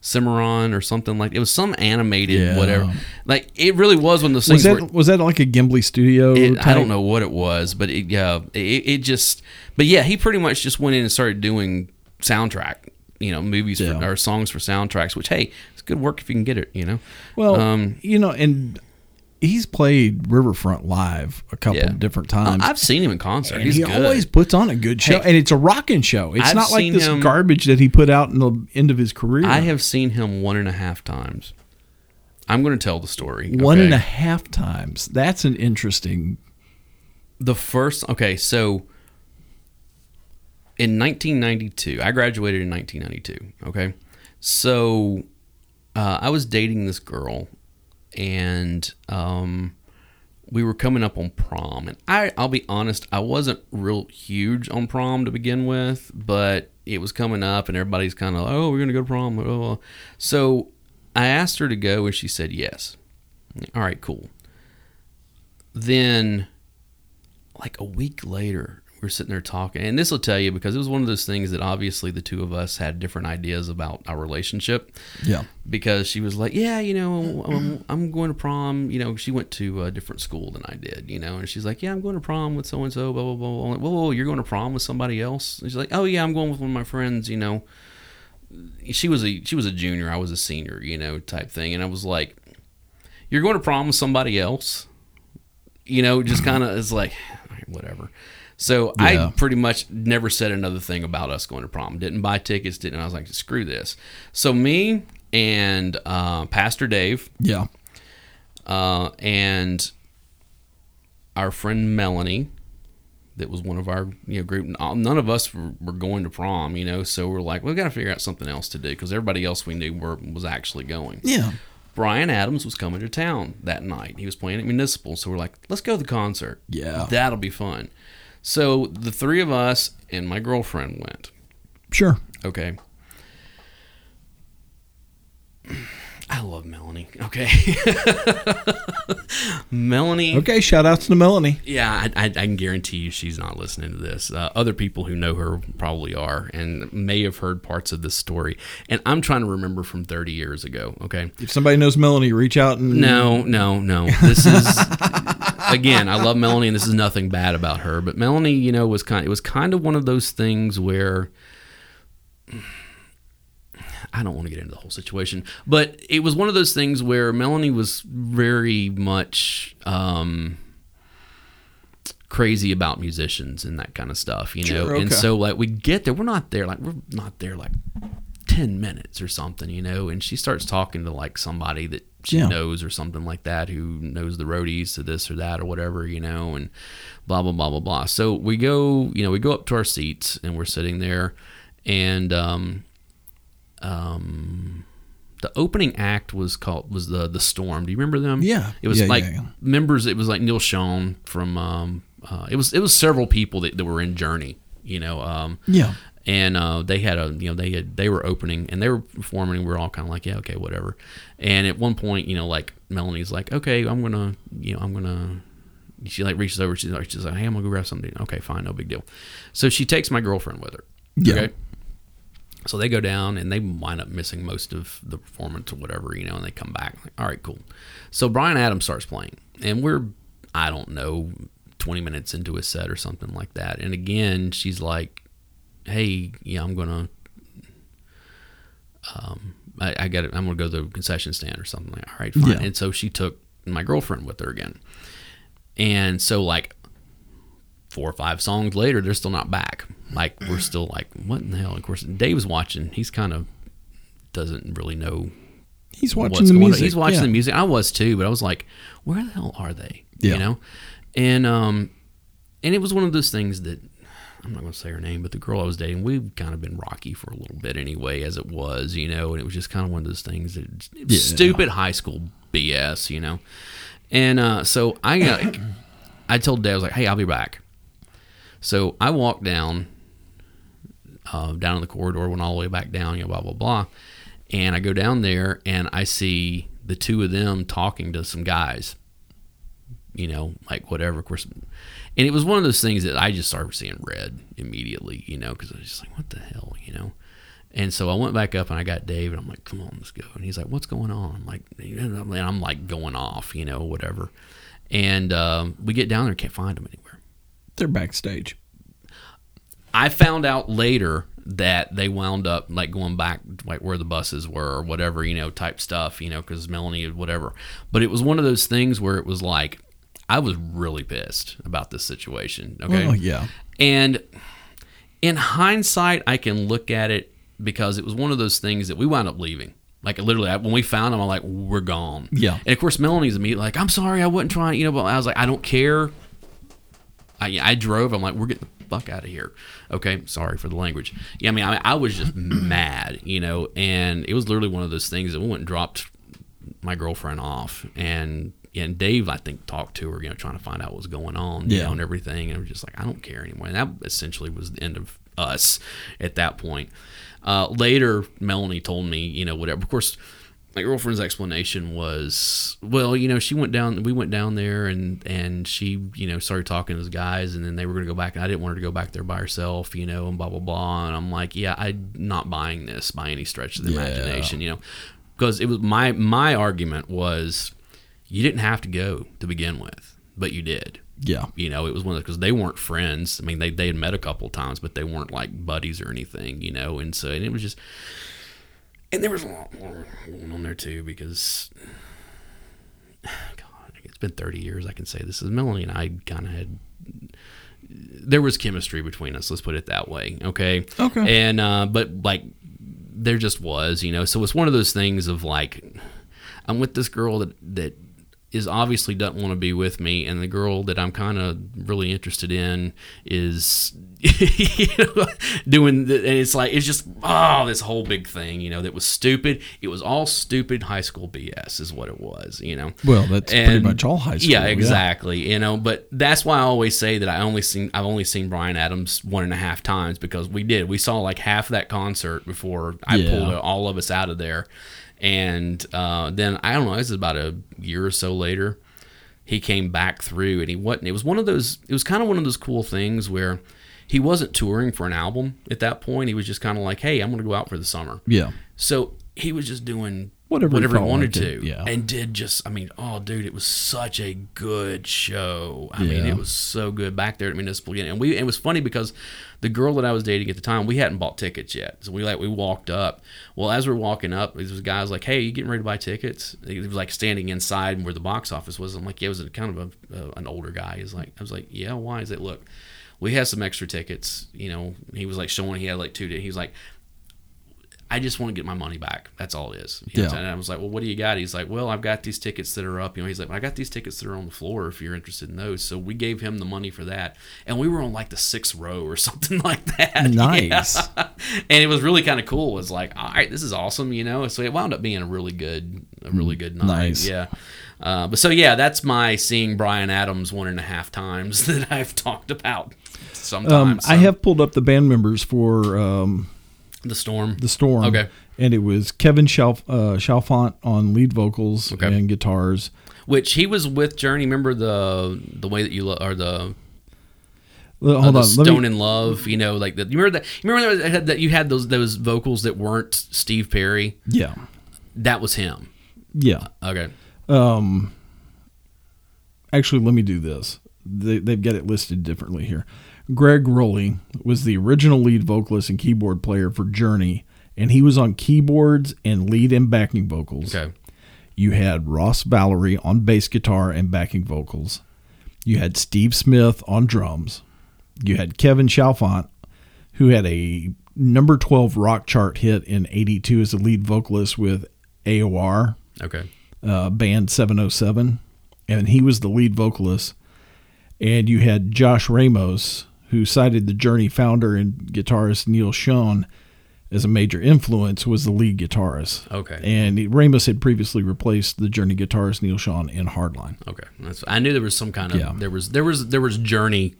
Cimarron, or something like. It was some animated Yeah. whatever. Like it really was when the Was things were. that was that like a Gimli Studio? It, I type? don't know what it was, but it, yeah, it, it just, but yeah, he pretty much just went in and started doing soundtrack, you know, movies for, Yeah. or songs for soundtracks. Which hey, it's good work if you can get it, you know. Well, Um, you know, and he's played Riverfront live a couple Yeah. different times. Uh, I've seen him in concert. And He's he good. always puts on a good show, Hey, and it's a rocking show. It's I've not like seen this him- garbage that he put out in the end of his career. I have seen him one and a half times. I'm going to tell the story. one okay? and a half times. That's an interesting. The first. Okay, so in 1992, I graduated in 1992. Okay, so uh, I was dating this girl, and um, we were coming up on prom. And I, I'll be honest, I wasn't real huge on prom to begin with, but it was coming up, and everybody's kind of like, "Oh, we're gonna go to prom." blah, blah, blah. So I asked her to go, and she said yes. All right, cool. Then, like a week later. We're sitting there talking, and this will tell you because it was one of those things that obviously the two of us had different ideas about our relationship Yeah. because she was like, "Yeah, you know, I'm, I'm going to prom." You know, she went to a different school than I did. You know, and she's like, "Yeah, I'm going to prom with so and so." Blah blah blah. I'm like, whoa, whoa, whoa, you're going to prom with somebody else? And she's like, "Oh yeah, I'm going with one of my friends." You know, she was a she was a junior, I was a senior. You know, type thing, and I was like, "You're going to prom with somebody else?" You know, just kind of is like, all right, whatever. So Yeah. I pretty much never said another thing about us going to prom. Didn't buy tickets. Didn't. I was like, screw this. So me and uh, Pastor Dave Yeah. uh, and our friend Melanie, that was one of our you know group. and all- None of us were, were going to prom, you know, so we're like, we've got to figure out something else to do because everybody else we knew were, was actually going. Yeah. Brian Adams was coming to town that night. He was playing at Municipal, so we're like, let's go to the concert. Yeah. that'll be fun. So the three of us and my girlfriend went. Sure. Okay. I love Melanie. Okay. Melanie. Okay. Shout outs to Melanie. Yeah, I, I, I can guarantee you she's not listening to this. Uh, other people who know her probably are and may have heard parts of this story. And I'm trying to remember from 30 years ago. Okay. If somebody knows Melanie, reach out and No, no, no. This is again. I love Melanie, and this is nothing bad about her. But Melanie, you know, was kind. It was kind of one of those things where I don't want to get into the whole situation, but it was one of those things where Melanie was very much. Um, crazy about musicians and that kind of stuff you know Sure, and okay. so like we get there we're not there like we're not there like 10 minutes or something you know and she starts talking to like somebody that she Yeah. knows or something like that who knows the roadies to this or that or whatever you know and blah blah blah blah blah so we go you know we go up to our seats and we're sitting there and um um the opening act was called was the the storm do you remember them Yeah. it was Yeah, like yeah, yeah. members it was like neil Schon from um uh, it was it was several people that, that were in journey you know um Yeah. and uh, they had a you know they had they were opening and they were performing we were all kind of like yeah okay whatever and at one point you know like melanie's like okay i'm gonna you know i'm gonna she like reaches over she's like she's like hey i'm gonna go grab something okay fine no big deal so she takes my girlfriend with her Yeah. so they go down and they wind up missing most of the performance or whatever, you know, and they come back. Like, All right, cool. So Brian Adams starts playing, and we're, I don't know, 20 minutes into a set or something like that. And again, she's like, hey, yeah, I'm going to. Um, I, I got. I'm gonna go to the concession stand or something. Like, all right, fine. Yeah. And so she took my girlfriend with her again, and so like four or five songs later, they're still not back. Like we're still like, what in the hell? Of course, Dave's watching. He's kind of doesn't really know He's watching what's the going music. on. He's watching yeah. the music. I was too, but I was like, where the hell are they? Yeah. You know, and um, and it was one of those things that I'm not going to say her name, but the girl I was dating, we've kind of been rocky for a little bit anyway, as it was, you know, and it was just kind of one of those things that it was Yeah. stupid high school BS, you know, and uh, so I got, I told Dad I was like, hey, I'll be back. So I walked down, uh, down in the corridor, went all the way back down, you know, blah blah blah, and I go down there and I see the two of them talking to some guys, you know, like whatever. Of course, and it was one of those things that I just started seeing red immediately, you know, because I was just like, what the hell, you know. And so I went back up and I got Dave and I'm like, come on, let's go. And he's like, what's going on? I'm like, and I'm- and I'm like going off, you know, whatever. And um, we get down there, can't find him anywhere. They're backstage. I found out later that they wound up like going back like where the buses were or whatever, you know, type stuff, you know, because Melanie or whatever. But it was one of those things where it was like I was really pissed about this situation. Okay. Oh yeah. And in hindsight, I can look at it because it was one of those things that we wound up leaving. Like literally, I- when we found them, I'm like, we're gone. Yeah. And of course, Melanie's immediately like, I'm sorry, I wasn't trying. You know, but I was like, I don't care. I, I drove. I'm like, we're getting the fuck out of here. Okay, sorry for the language. Yeah, I mean, I, I was just mad, you know, and it was literally one of those things that we went and dropped my girlfriend off, and and Dave, I think, talked to her, you know, trying to find out what was going on, you Yeah. know, and everything. And I was just like, I don't care anymore. And that essentially was the end of us at that point. Uh, later, Melanie told me, you know, whatever. Of course, my girlfriend's explanation was, well, you know, she went down, we went down there and, and she, you know, started talking to those guys and then they were going to go back. And I didn't want her to go back there by herself, you know, and blah, blah, blah. And I'm like, yeah, I'm not buying this by any stretch of the Yeah. imagination, you know, because it was my, my argument was you didn't have to go to begin with, but you did Yeah. you know, it was one of because they weren't friends. I mean, they they had met a couple times, but they weren't like buddies or anything, you know. And so, and it was just, and there was a lot more going on there too because, God, it's been thirty years. I can say this is Melanie and I kind of had there was chemistry between us. Let's put it that way. Okay. Okay. And uh, but like there just was, you know. So it's one of those things of like I'm with this girl that that is obviously doesn't want to be with me, and the girl that I'm kind of really interested in is you know, doing, the, and it's like it's just oh this whole big thing, you know, that was stupid. It was all stupid high school BS, is what it was, you know. Well, that's pretty much all high school, Yeah, yeah. exactly. You know, but that's why I always say that I only seen I've only seen Brian Adams one and a half times because we did we saw like half that concert before I Yeah. pulled all of us out of there, and uh, then I don't know. This is about a year or so later. He came back through, and he wasn't. It was one of those. It was kind of one of those cool things where he wasn't touring for an album at that point. He was just kind of like, "Hey, I'm going to go out for the summer." yeah. So he was just doing Whatever he whatever he felt wanted like it, to, yeah. and did just. I mean, oh, dude, it was such a good show. I mean, Yeah. it was so good back there at Municipal Union, and we. It was funny because the girl that I was dating at the time, we hadn't bought tickets yet, so we like we walked up. Well, as we're walking up, these guys like, "Hey, you getting ready to buy tickets?" He was like standing inside where the box office was. I'm like, "Yeah," it was a, kind of a, uh, an older guy. He's like, "I was like, yeah, why?" Is it look? We had some extra tickets, you know. He was like showing he had like two. He was like, I just want to get my money back. That's all it is. You know what I'm Yeah. saying? And I was like, well, what do you got? He's like, well, I've got these tickets that are up. You know, he's like, I got these tickets that are on the floor if you're interested in those. So we gave him the money for that. And we were on like the sixth row or something like that. Nice. Yeah. and it was really kind of cool. It was like, all right, this is awesome, you know? So it wound up being a really good, a really good night. Nice. Yeah. Uh, but so, yeah, that's my seeing Brian Adams one and a half times that I've talked about Um, sometimes. I So, have pulled up the band members for um, the storm. the storm. Okay. And it was Kevin Chalf- uh, Chalfont on lead vocals Okay. and guitars. Which he was with Journey. Remember the the way that you lo- or the, uh, L- Hold the on, let Stone me. in Love. You know, like that. You remember that? You remember that, had that you had those those vocals that weren't Steve Perry. yeah, That was him. yeah. Okay. Actually, let me do this. They, they've got it listed differently here. Greg Rowley was the original lead vocalist and keyboard player for Journey, and he was on keyboards and lead and backing vocals. Okay. You had Ross Valerie on bass guitar and backing vocals. You had Steve Smith on drums. You had Kevin Chalfont, who had a number 12 rock chart hit in 82 as the lead vocalist with AOR, Okay. uh, band 707. And he was the lead vocalist. And you had Josh Ramos, who cited the Journey founder and guitarist Neil Sean as a major influence, was the lead guitarist. Okay. And Ramos had previously replaced the Journey guitarist Neil Sean in Hardline. Okay. That's, I knew there was some kind of Yeah. there was there was there was Journey.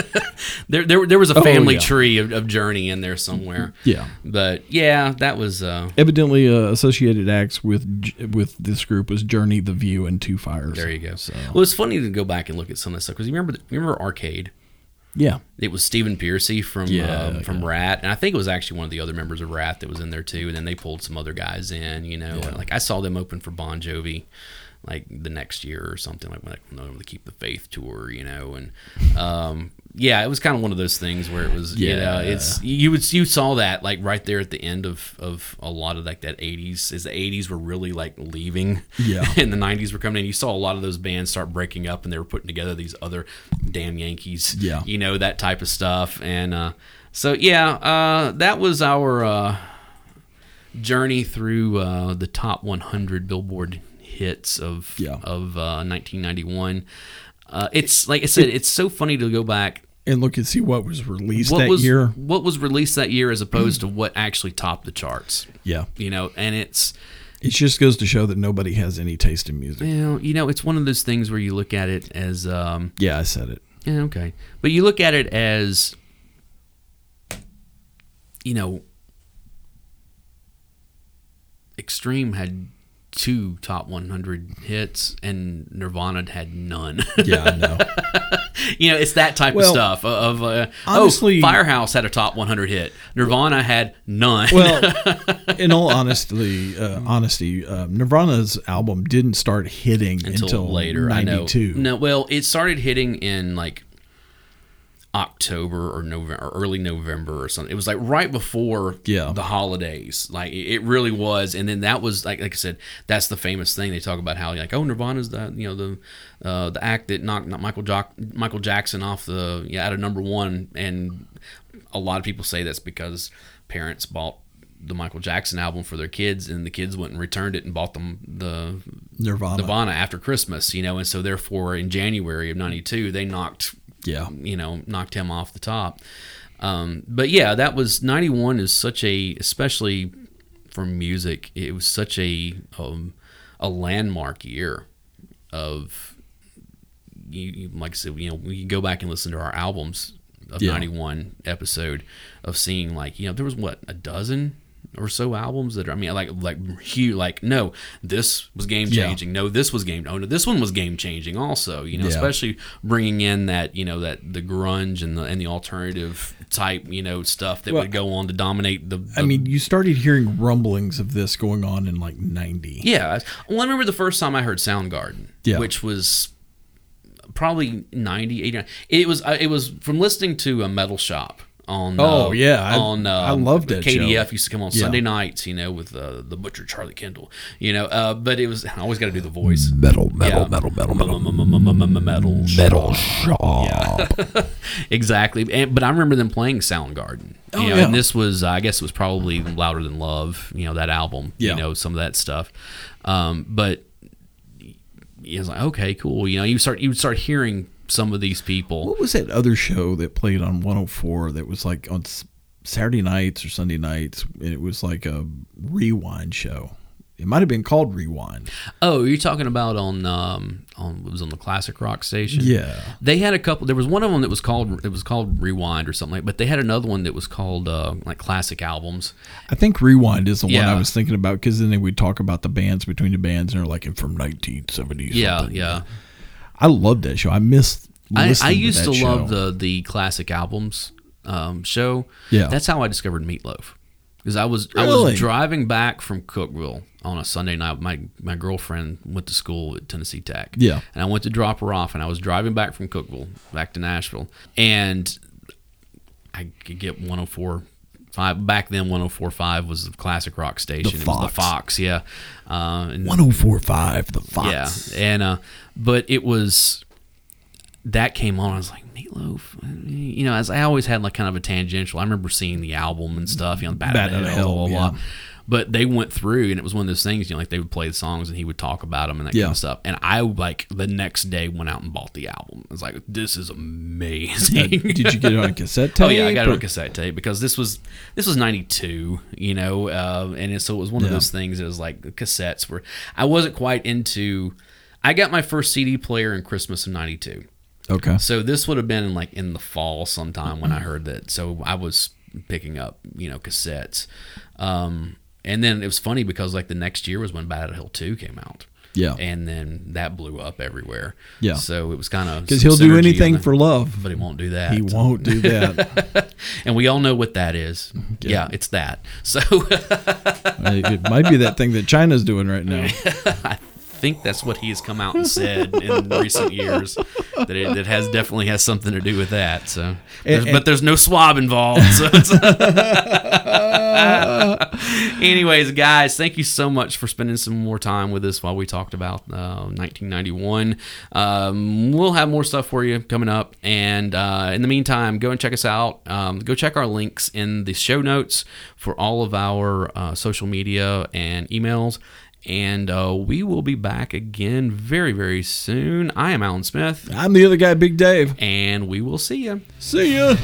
there there there was a family Oh, yeah. tree of, of Journey in there somewhere. Yeah. But yeah, that was uh Evidently, uh, associated acts with J- with this group was Journey, The View, and Two Fires. there you go. Well, it's funny to go back and look at some of that stuff because you remember the, you remember Arcade. Yeah, It was Stephen Piercy from Yeah, um, from Rat, and I think it was actually one of the other members of Rat that was in there too. And then they pulled some other guys in, you know. and, Like I saw them open for Bon Jovi, like the next year or something, like when they when they Keep the Faith tour, you know. And um, yeah, it was kind of one of those things where it was, you know, it's you would you saw that like right there at the end of of a lot of like that '80s, as the '80s were really like leaving, Yeah. and the '90s were coming in. You saw a lot of those bands start breaking up, and they were putting together these other damn Yankees, Yeah. you know that type of stuff and uh, so yeah uh, that was our uh, journey through uh, the top 100 billboard hits of Yeah. of uh, 1991 uh, it's like i said it's so funny to go back and look and see what was released what that was year. what was released that year as opposed to what actually topped the charts Yeah, you know and it's it just goes to show that nobody has any taste in music. you know, you know it's one of those things where you look at it as um, Yeah, I said it. Yeah, okay. But you look at it as, you know, Extreme had two top 100 hits and Nirvana had none. Yeah, I know. you know, it's that type Well, of stuff. Of uh, honestly- oh, Firehouse had a top 100 hit. Nirvana had none. well, in all honesty, uh, honesty, uh, Nirvana's album didn't start hitting until, until later. I know. '92. No, well, it started hitting in like October or November, or early November or something. It was like right before Yeah. the holidays. Like it it really was. And then that was like like I said, that's the famous thing they talk about how like oh Nirvana's the you know the uh, the act that knocked not Michael Jock, Michael Jackson off the yeah out of number one. And a lot of people say that's because parents bought the Michael Jackson album for their kids and the kids went and returned it and bought them the Nirvana. Nirvana after Christmas, you know, and so therefore in January of '92 they knocked Yeah. you know, knocked him off the top. Um, but yeah, that was 91 is such a, especially for music, it was such a, um, a landmark year of, you, you, like I said, you know, we go back and listen to our albums of Yeah. 91 episode of seeing like, you know, there was what, a dozen or so albums that are, I mean, like, like huge, like, no, this was game Yeah. changing. No, this was game. Oh no, this one was game changing also, you know, Yeah. especially especially bringing in that you know that the grunge and the and the alternative type you know stuff that Well, would go on to dominate the, I the- mean, you started hearing rumblings of this going on in like 90. yeah well i remember the first time i heard soundgarden Yeah. which was probably 90 89 it was uh, it was from listening to a metal shop on Oh, uh, yeah, I- on I um, loved that KDF show. used to come on Yeah. Sunday nights you know with uh, the butcher Charlie Kendall you know uh, but it was I always got to do the voice Metal, metal, Yeah. metal, metal, metal, metal metal shop. Exactly, and, but I remember them playing Soundgarden. Oh, you know, yeah. and this was, I guess, it was probably louder than love. You know that album. Yeah. You know some of that stuff, um, but it was like okay, cool. You know, you start you would start hearing some of these people. What was that other show that played on 104 that was like on s- Saturday nights or Sunday nights? And it was like a rewind show. It might have been called Rewind. Oh, you're talking about on um on it was on the classic rock station. Yeah. They had a couple. There was one of them that was called it was called Rewind or something like. But they had another one that was called uh, like Classic Albums. I think Rewind is the one Yeah. I was thinking about because then they would talk about the bands between the bands and they're like, and from 1970. Yeah, something." yeah. I loved that show. I missed. I, I listening used to, that love show. the the classic albums um, show. Yeah. that's how I discovered Meatloaf because I was I Really? was driving back from Cookville on a Sunday night. My my girlfriend went to school at Tennessee Tech. Yeah. and I went to drop her off, and I was driving back from Cookville back to Nashville, and I could get 104. Five, back then, 104.5 was the classic rock station. It was Fox. the Fox, yeah. Uh, and 1045, The Fox. yeah, and uh, but it was that came on. I was like meatloaf, I mean, you know. As I always had like kind of a tangential. I remember seeing the album and stuff, you know, Bad, Bat Out Outta of Hell, Hell, blah blah. yeah. blah. But they went through, and it was one of those things, you know, like they would play the songs, and he would talk about them and that Yeah. kind of stuff. And I like the next day went out and bought the album. I was like, this is amazing. Did you get it on cassette tape? Oh yeah, I got it or- on cassette tape because this was this was '92, you know, uh, and it, so it was one of Yeah. those things. It was like the cassettes were. I wasn't quite into. I got my first CD player in Christmas of '92, Okay. so this would have been like in the fall sometime when I heard that. So I was picking up, you know, cassettes, um, and then it was funny because like the next year was when Bad Out Hill Two came out. Yeah. And then that blew up everywhere. Yeah. So it was kind of Because he'll do anything for love. but he won't do that. He won't do that. And we all know what that is. Mm-hmm. Yeah, it's that. So it might be that thing that China's doing right now. I think that's what he has come out and said in recent years that it that has definitely has something to do with that. So, There's- and- but there's no swab involved. So it's Anyways, guys, thank you so much for spending some more time with us while we talked about uh, 1991. Um, we'll have more stuff for you coming up. And uh, in the meantime, go and check us out. Um, go check our links in the show notes for all of our uh, social media and emails. And uh, we will be back again very, very soon. I am Alan Smith, I'm the other guy, Big Dave. and we will see you. See ya.